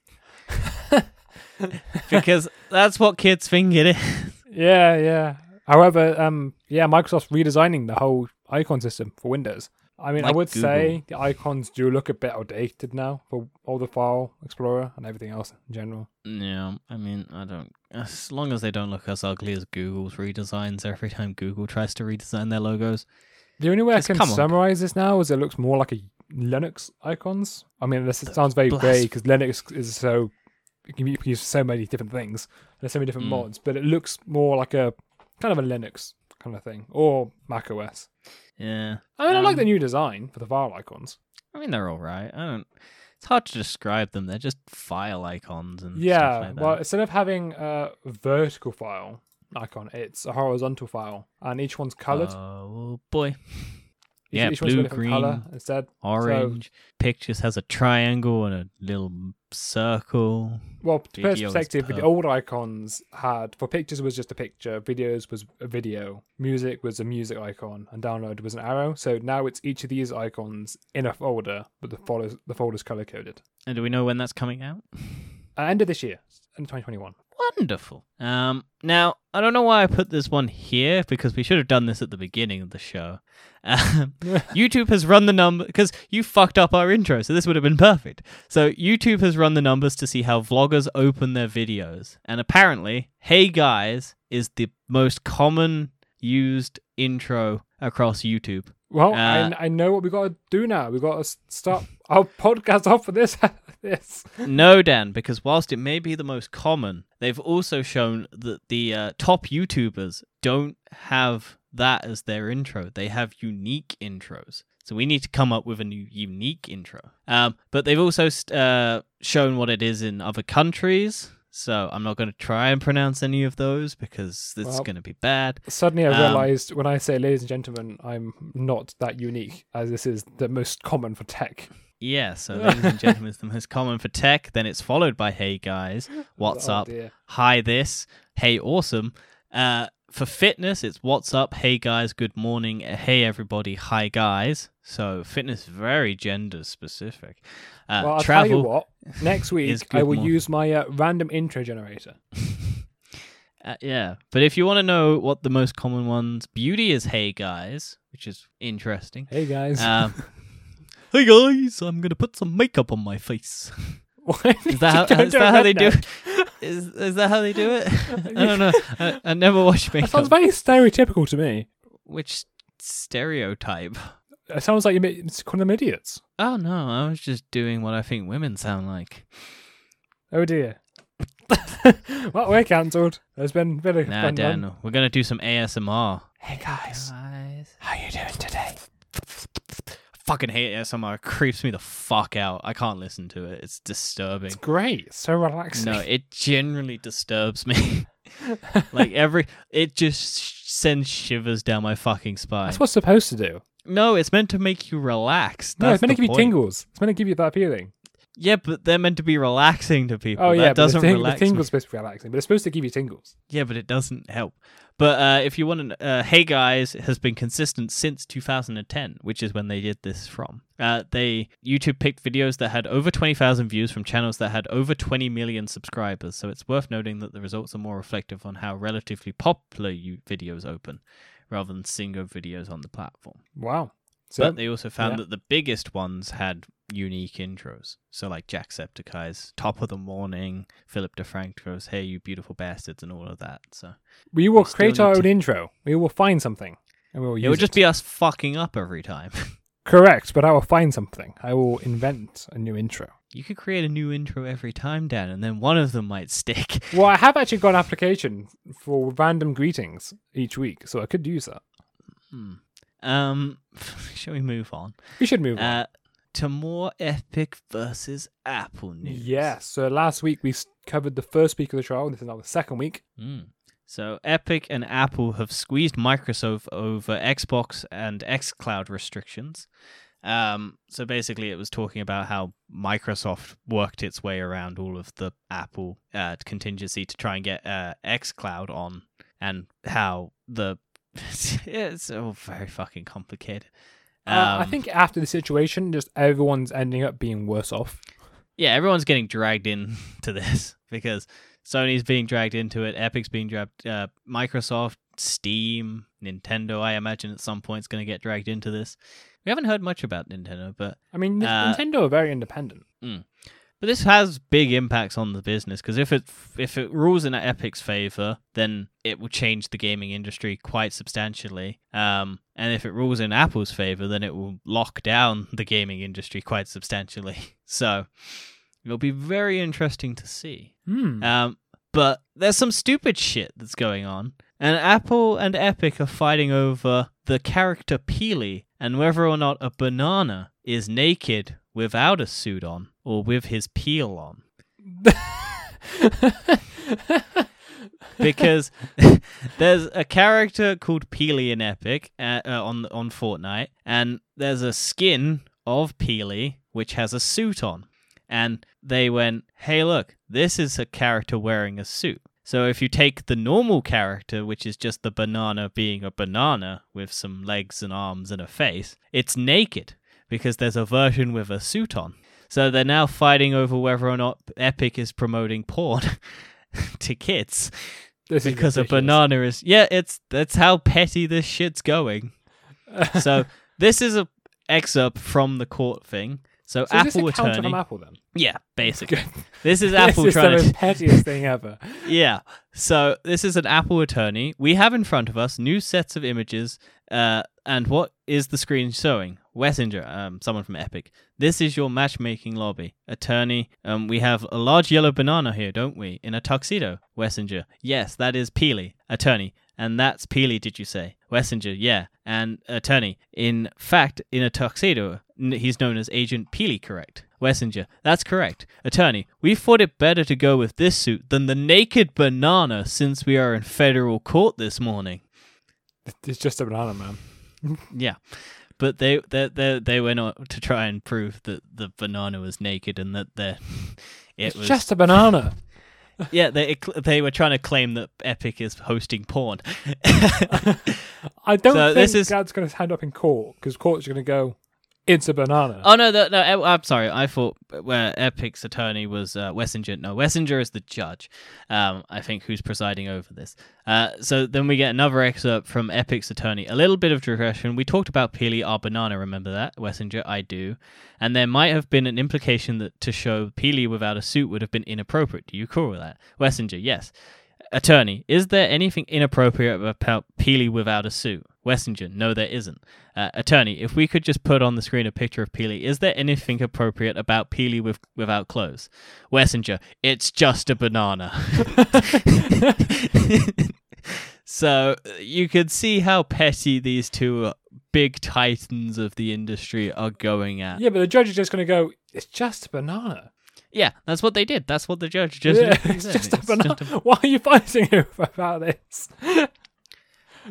because that's what kids think it is.
Yeah, yeah. However, um, yeah, Microsoft's redesigning the whole icon system for Windows. I mean, I
Like
would
Google.
say the icons do look a bit outdated now for all the File Explorer and everything else in general.
Yeah, I mean, I don't. As long as they don't look as ugly as Google's redesigns every time Google tries to redesign their logos.
The only way
Just
I can
come on.
summarize this now is it looks more like a Linux icons. I mean, this it sounds very
blas-
vague because Linux is so it can be used for so many different things. There's so many different
Mm.
mods, but it looks more like a kind of a Linux kind of thing or Mac OS.
Yeah.
I mean, I like
Um,
the new design for the file icons.
I mean, they're all right. I don't. It's hard to describe them. They're just file icons and
Yeah,
Stuff like that.
well, instead of having a vertical file icon, it's a horizontal file, and each one's coloured.
Oh boy.
Each-
yeah,
each one's got a
blue,
different
green,
colour instead.
orange. Pictures has a triangle and a little circle.
Well, to put it in
Videos
perspective, the
per-
old icons had for pictures was just a picture, videos was a video, music was a music icon, and download was an arrow. So now it's each of these icons in a folder, but the folders the folder's color coded.
And do we know when that's coming out?
Uh, end of this year, end of 2021.
Wonderful. Um, now I don't know why I put this one here because we should have done this at the beginning of the show. Um, YouTube has run the number because you fucked up our intro, so this would have been perfect. So YouTube has run the numbers to see how vloggers open their videos, and apparently, "Hey guys" is the most common used intro across YouTube.
Well,
Uh,
I, I know what we got to do now. We got to stop our podcast off for this. this.
No, Dan, because whilst it may be the most common, they've also shown that the uh, top YouTubers don't have that as their intro. They have unique intros. So we need to come up with a new unique intro. Um, but they've also st- uh, shown what it is in other countries. So I'm not going to try and pronounce any of those because this is
Well-
going to be bad.
Suddenly, I
Um,
realised when I say "ladies and gentlemen," I'm not that unique, as this is the most common for tech.
Yeah, so ladies and gentlemen, it's the most common for tech. Then it's followed by hey guys, what's
Oh,
up,
dear.
hi this, hey awesome. Uh, for fitness, it's what's up, hey guys, good morning, uh, hey everybody, hi guys. So fitness very gender specific. Uh,
Well, I'll
travel,
tell you what. Next week,
is
I
good
will
more-
use my uh, random intro generator.
Uh, yeah. But if you want to know what the most common ones, beauty is hey guys, which is interesting.
Hey guys,
Um, hey guys, I'm gonna put some makeup on my face.
Why did
Is that
you
how,
go
is
to a
that how they do?
redneck?
It? Is is that how they do it? I don't know. I, I never watched
That sounds
makeup,
very stereotypical to me.
which stereotype.
It sounds like you're ma- it's calling them idiots.
Oh no, I was just doing what I think women sound like.
Oh dear. well, we're cancelled. It's been really
Nah,
fun.
Dan,
man.
we're gonna do some ASMR.
Hey guys,
Guys.
how you doing today?
Fucking hate ASMR. It creeps me the fuck out. I can't listen to it. It's disturbing.
It's great. It's so relaxing.
No, it generally disturbs me. like every, it just sh- sends shivers down my fucking spine.
That's what it's supposed to do.
No, it's meant to make you relax.
No, it's meant
That's
to
the
give you
point.
tingles. It's meant to give you that feeling.
Yeah, but they're meant to be relaxing to people.
Oh
that
yeah, but
doesn't
the, ting- the
relax. me.
tingles supposed to be relaxing, but it's supposed to give you tingles.
Yeah, but it doesn't help. But uh, if you want to, uh, hey guys, has been consistent since 2010, which is when they did this from. Uh, they YouTube picked videos that had over 20,000 views from channels that had over 20 million subscribers. So it's worth noting that the results are more reflective on how relatively popular you videos open, rather than single videos on the platform.
Wow. So
but they also found
yeah.
that the biggest ones had unique intros. So like Jacksepticeye's "Top of the Morning," Philip DeFranco's "Hey You Beautiful Bastards," and all of that. So.
we will
we still
create our
need
own
to-
intro. We will find something, and we will use
It would just be us fucking up every time.
correct. But I will find something. I will invent a new intro.
you could create a new intro every time, Dan, and then one of them might stick.
Well, I have actually got an application for random greetings each week, so I could use that.
Hmm. Um, shall we move on?
We should move on.
Uh, to more Epic versus Apple news.
Yes. So last week we s- covered the first week of the trial. and This is now the second week.
Hmm. So Epic and Apple have squeezed Microsoft over Xbox and xCloud restrictions. Um, so basically, it was talking about how Microsoft worked its way around all of the Apple uh, contingency to try and get uh, xCloud on, and how the it's all very fucking complicated.
Uh, I
Um,
think after the situation, just everyone's ending up being worse off.
yeah, everyone's getting dragged in to this because Sony's being dragged into it, Epic's being dragged, uh, Microsoft, Steam, Nintendo. I imagine at some point is going to get dragged into this. We haven't heard much about Nintendo, but
I mean,
Uh,
Nintendo are very independent.
but this has big impacts on the business because if it if it rules in Epic's favor, then it will change the gaming industry quite substantially. Um, and if it rules in Apple's favor, then it will lock down the gaming industry quite substantially. So it'll be very interesting to see.
Hmm.
Um, but there's some stupid shit that's going on. And Apple and Epic are fighting over the character Peely and whether or not a banana is naked without a suit on or with his peel on. uh, Because there's a character called Peely in Epic uh, uh, on on Fortnite, and there's a skin of Peely which has a suit on and they went, hey, look, this is a character wearing a suit. So if you take the normal character, which is just the banana being a banana with some legs and arms and a face, it's naked because there's a version with a suit on. So they're now fighting over whether or not Epic is promoting porn to kids
this is
because a
ridiculous.
banana is yeah it's that's how petty this shit's going so this is a excerpt from the court thing so,
So is this
apple
a counter
attorney
from Apple then?
yeah, basically. this is Apple
this is
trying
the
to.
pettiest thing ever.
Yeah. So this is an Apple attorney. We have in front of us new sets of images. Uh, and what is the screen showing? Wessinger, um, someone from Epic. This is your matchmaking lobby. Attorney, um, we have a large yellow banana here, don't we? In a tuxedo. Wessinger, yes, that is Peely. Attorney, and that's Peely, did you say? Wessinger, yeah. And attorney, in fact, in a tuxedo, n- he's known as Agent Peely, correct? Wessinger, that's correct. Attorney, we thought it better to go with this suit than the naked banana since we are in federal court this morning.
It's just a banana, man.
Yeah. But they they they, they went on to try and prove that the banana was naked and that the it
It's
was
just a banana.
yeah they they were trying to claim that Epic is hosting porn.
I don't
So
think
this is-
that's going to end up in court because court's going to go, it's a banana.
Oh no, the, no, I- I'm sorry. I thought where Epic's attorney was uh, Wessinger. No, Wessinger is the judge. Um, I think who's presiding over this. Uh, so then we get another excerpt from Epic's attorney. A little bit of digression. We talked about Peely our banana. Remember that Wessinger? I do. And there might have been an implication that to show Peely without a suit would have been inappropriate. Do you call that Wessinger? Yes. Attorney, is there anything inappropriate about Peely without a suit? Wessingen, no, there isn't. Uh, attorney, if we could just put on the screen a picture of Peely, is there anything appropriate about Peely with, without clothes? Wessinger, it's just a banana. so uh, you could see how petty these two uh, big titans of the industry are going at.
Yeah, but the judge is just going to go, it's just a banana.
Yeah, that's what they did. That's what the judge just
yeah,
did.
it's just a banana. Why are you fighting over about this?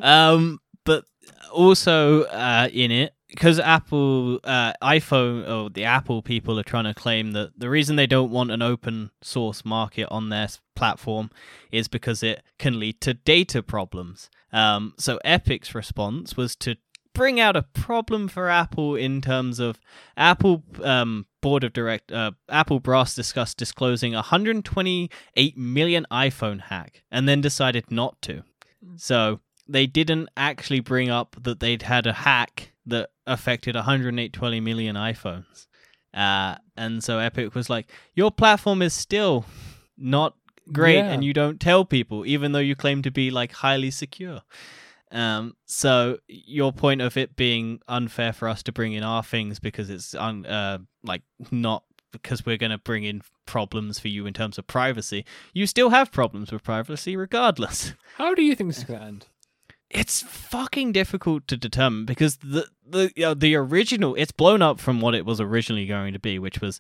Um, but also uh, in it, because Apple, uh, iPhone, or the Apple people are trying to claim that the reason they don't want an open source market on their s- platform is because it can lead to data problems. Um, so Epic's response was to bring out a problem for Apple in terms of Apple um, board of direct uh, Apple brass discussed disclosing 128 million iPhone hack and then decided not to. So they didn't actually bring up that they'd had a hack that affected 120 million iPhones. Uh, and so Epic was like, Your platform is still not great
Yeah.
and you don't tell people, even though you claim to be like highly secure. Um, so your point of it being unfair for us to bring in our things because it's un- uh, like not because we're going to bring in problems for you in terms of privacy. You still have problems with privacy regardless
How do you think this is going to end?
it's fucking difficult to determine because the the you know, the original it's blown up from what it was originally going to be, which was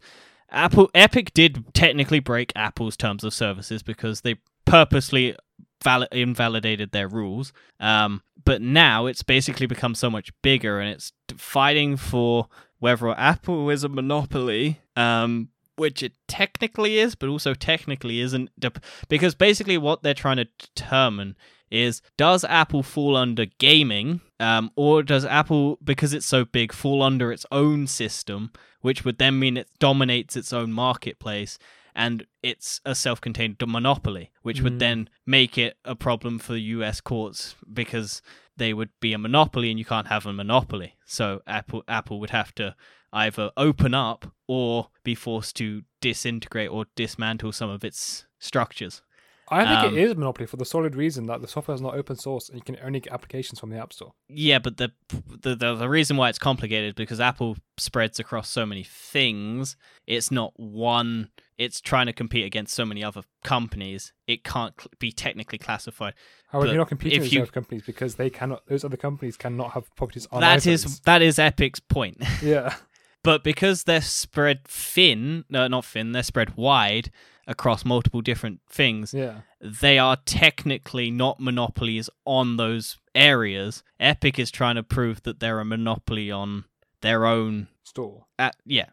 Apple Epic did technically break Apple's terms of services because they purposely valid, invalidated their rules. Um, but now it's basically become so much bigger and it's fighting for whether Apple is a monopoly, um, which it technically is, but also technically isn't, dep- because basically what they're trying to determine is does Apple fall under gaming, um, or does Apple, because it's so big, fall under its own system, which would then mean it dominates its own marketplace and it's a self contained monopoly, which would
Mm.
then make it a problem for US courts because they would be a monopoly and you can't have a monopoly. So Apple Apple would have to either open up or be forced to disintegrate or dismantle some of its structures.
I think
Um,
it is Monopoly for the solid reason that the software is not open source and you can only get applications from the App Store.
Yeah, but the the the, the reason why it's complicated is because Apple spreads across so many things. It's not one. It's trying to compete against so many other companies. It can't cl- be technically classified.
However,
But
you're not competing
if
with
you-
those companies because they cannot; those other companies cannot have properties on
That is
iPhones.
that is Epic's point.
yeah.
but because they're spread thin, no, not thin, they're spread wide across multiple different things.
Yeah.
they are technically not monopolies on those areas. Epic is trying to prove that they're a monopoly on their own.
Store. uh,
Uh, yeah,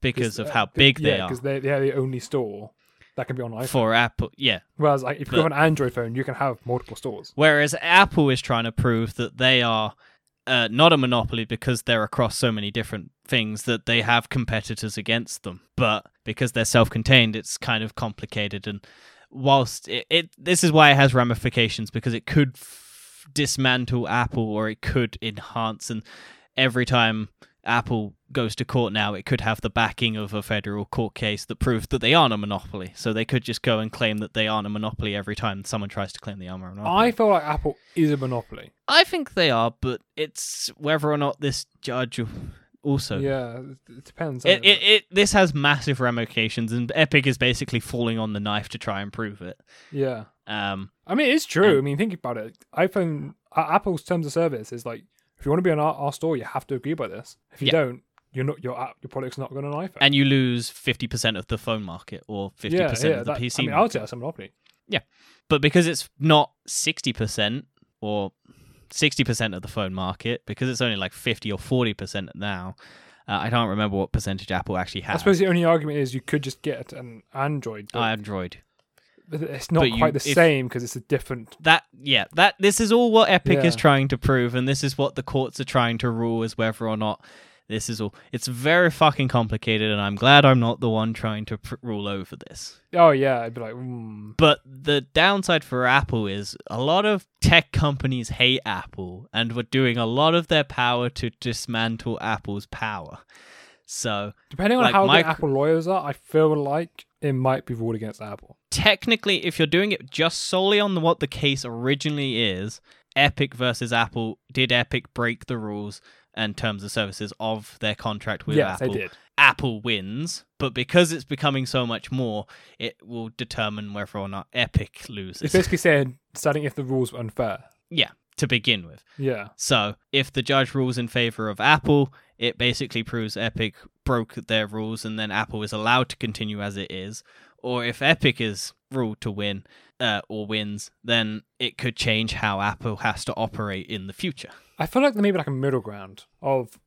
because of how big they are
Because they're, they're the only store that can be on iPhone.
for Apple. Yeah.
Whereas like, if you have an Android phone, you can have multiple stores.
Whereas Apple is trying to prove that they are uh, not a monopoly because they're across so many different things that they have competitors against them. But because they're self contained, it's kind of complicated. And whilst it, it, this is why it has ramifications because it could f- dismantle Apple or it could enhance. And every time Apple goes to court now, it could have the backing of a federal court case that proves that they aren't a monopoly. So they could just go and claim that they aren't a monopoly every time someone tries to claim they are a monopoly.
I feel like Apple is a monopoly.
I think they are, but it's whether or not this judge also.
yeah, it depends.
It, it, it this has massive ramifications, and Epic is basically falling on the knife to try and prove it.
yeah.
Um,
I mean, it's true.
And-
I mean, think about it. iPhone, uh, Apple's terms of service is like, if you want to be on our, our store, you have to agree by this. If you
Yeah.
don't, you're not your app, your product's not going on iPhone.
and you lose fifty percent of the phone market or fifty
yeah,
percent
yeah,
of the
that-
PC.
I mean, I would
market.
say that's a monopoly.
But because it's not sixty percent or sixty percent of the phone market, because it's only like fifty or forty percent now. Uh, I can't remember what percentage Apple actually
I
has.
suppose the only argument is you could just get an Android, but
Android.
but it's not
but you-
quite the
if-
same because it's a different.
that yeah that this is all what epic is
Yeah.
trying to prove and this is what the courts are trying to rule is whether or not this is all it's very fucking complicated and i'm glad i'm not the one trying to pr- rule over this
Oh yeah, I'd be like, mm,
but the downside for apple is a lot of tech companies hate apple and were doing a lot of their power to dismantle apple's power so
depending on
Like
how
micro-
good Apple lawyers are, I feel like it might be ruled against Apple.
technically, if you're doing it just solely on the, what the case originally is, Epic versus Apple, did Epic break the rules and terms of services of their contract with
yes,
Apple?
they did.
Apple wins, but because it's becoming so much more, it will determine whether or not Epic
It's
loses.
basically saying starting if the rules were unfair.
yeah, to begin with.
Yeah.
So if the judge rules in favor of Apple, it basically proves Epic broke their rules and then Apple is allowed to continue as it is. Or if Epic is ruled to win uh, or wins, then it could change how Apple has to operate in the future.
I feel like there may be like a middle ground of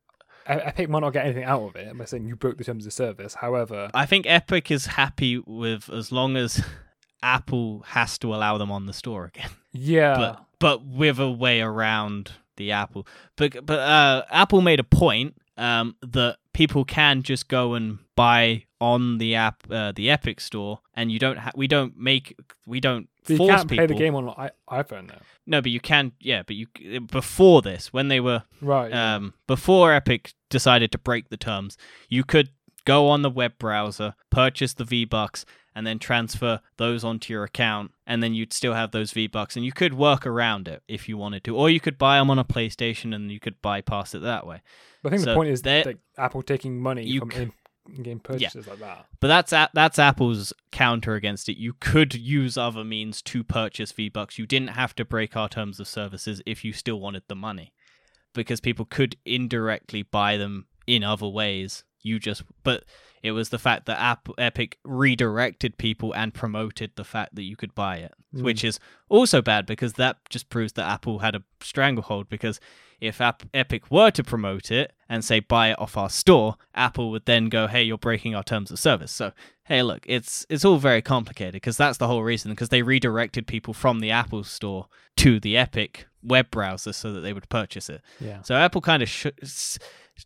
E- Epic might not get anything out of it by saying you broke the terms of service. However,
I think Epic is happy with as long as Apple has to allow them on the store again.
yeah,
but but with a way around the Apple. But but uh, Apple made a point um, that people can just go and buy on the app uh, the Epic Store, and you don't ha- we don't make we don't
you
force
can't
people.
play the game on i- iPhone though.
No, but you can yeah, but you before this when they were
Right. yeah.
um, before Epic decided to break the terms, you could go on the web browser, purchase the V Bucks, and then transfer those onto your account, and then you'd still have those V Bucks, and you could work around it if you wanted to, or you could buy them on a PlayStation and you could bypass it that way.
but I think the
so
point is
there-
that Apple taking money
You
from
c-
in game purchases like that.
But that's a- that's Apple's counter against it. You could use other means to purchase V Bucks. You didn't have to break our terms of services if you still wanted the money, because people could indirectly buy them in other ways. You just but it was the fact that App, Epic redirected people and promoted the fact that you could buy it, which is also bad because that just proves that Apple had a stranglehold. Because if App, Epic were to promote it and say buy it off our store, Apple would then go, "Hey, you're breaking our terms of service." So, hey, look, it's it's all very complicated because that's the whole reason. Because they redirected people from the Apple store to the Epic web browser so that they would purchase it.
Yeah.
So Apple kind of sh- s-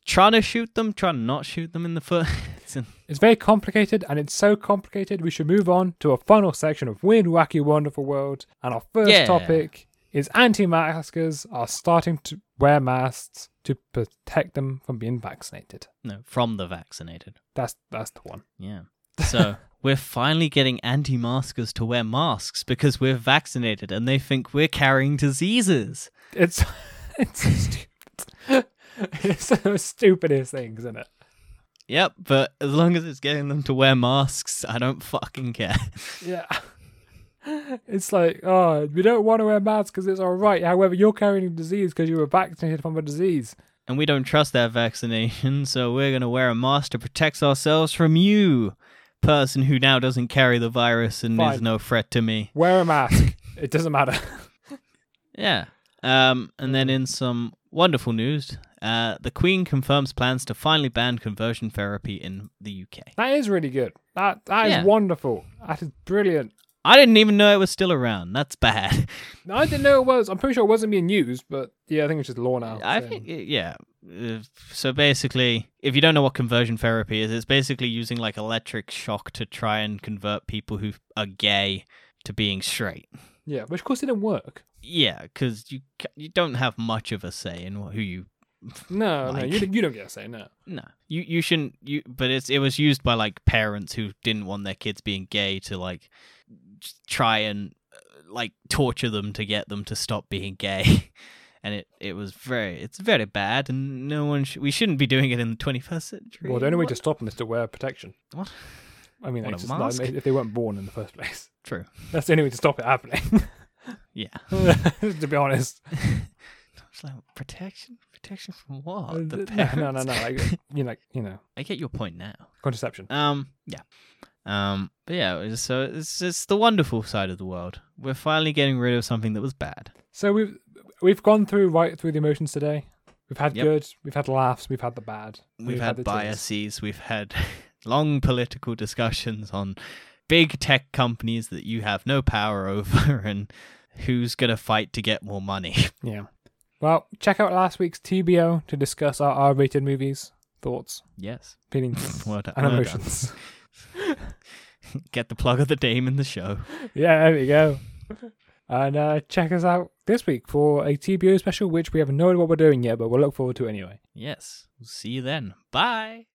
trying to shoot them, trying to not shoot them in the foot. It's an-
It's very complicated, and it's so complicated we should move on to our final section of Weird, Wacky, Wonderful World. And our first
Yeah.
topic is anti-maskers are starting to wear masks to protect them from being vaccinated.
no, from the vaccinated.
That's that's the one.
Yeah. So we're finally getting anti maskers to wear masks because we're vaccinated and they think we're carrying diseases.
It's it's so stupid. it's the stupidest things, isn't it?
Yep, but as long as it's getting them to wear masks, I don't fucking care.
Yeah. It's like, oh, we don't want to wear masks because it's all right. However, you're carrying a disease because you were vaccinated from a disease.
And we don't trust that vaccination, so we're going to wear a mask to protect ourselves from you, person who now doesn't carry the virus and is
Fine.
no threat to me.
Wear a mask. it doesn't matter.
Yeah. Um, and then in some wonderful news, uh, the Queen confirms plans to finally ban conversion therapy in the UK.
That is really good. That that is
Yeah.
wonderful. That is brilliant.
I didn't even know it was still around. That's bad.
No, I didn't know it was. I'm pretty sure it wasn't being used, but yeah, I think it's just law now.
I
so-
think, yeah. Uh, So basically, if you don't know what conversion therapy is, it's basically using like electric shock to try and convert people who are gay to being straight.
Yeah, which of course didn't work.
Yeah, because you ca- you don't have much of a say in wh- who you
No, no,
Like-
you, you don't get a say. No.
no you you shouldn't you but it's it was used by like parents who didn't want their kids being gay to like just try and uh, like torture them to get them to stop being gay and it it was very it's very bad and no one sh- we shouldn't be doing it in the 21st century
Well, the only way to
What-
stop them is to wear protection.
What?
I mean,
What,
it's
a
just like,
mask?
if they weren't born in the first place,
true
that's the only way to stop it happening.
yeah
to be honest.
It's like, protection protection from what
Uh, No,
the
no, no, no.
parents?
Like, you know, you know,
i get your point now
contraception.
Um, yeah. Um, but yeah, it was- so it's it's the wonderful side of the world. We're finally getting rid of something that was bad.
So we've we've gone through right through the emotions today. We've had
Yep.
good, we've had laughs, we've had the bad,
We've, had,
the tears.
biases, we've had long political discussions on big tech companies that you have no power over and who's going to fight to get more money.
Yeah. Well, check out last week's TBO to discuss our R-rated movies, thoughts,
yes.
feelings,
Well done.
and
well done.
emotions.
Get the plug of the dame in the show.
yeah, there we go. And uh, check us out this week for a TBO special, which we have no idea what we're doing yet, but we'll look forward to it anyway.
Yes. We'll see you then. Bye.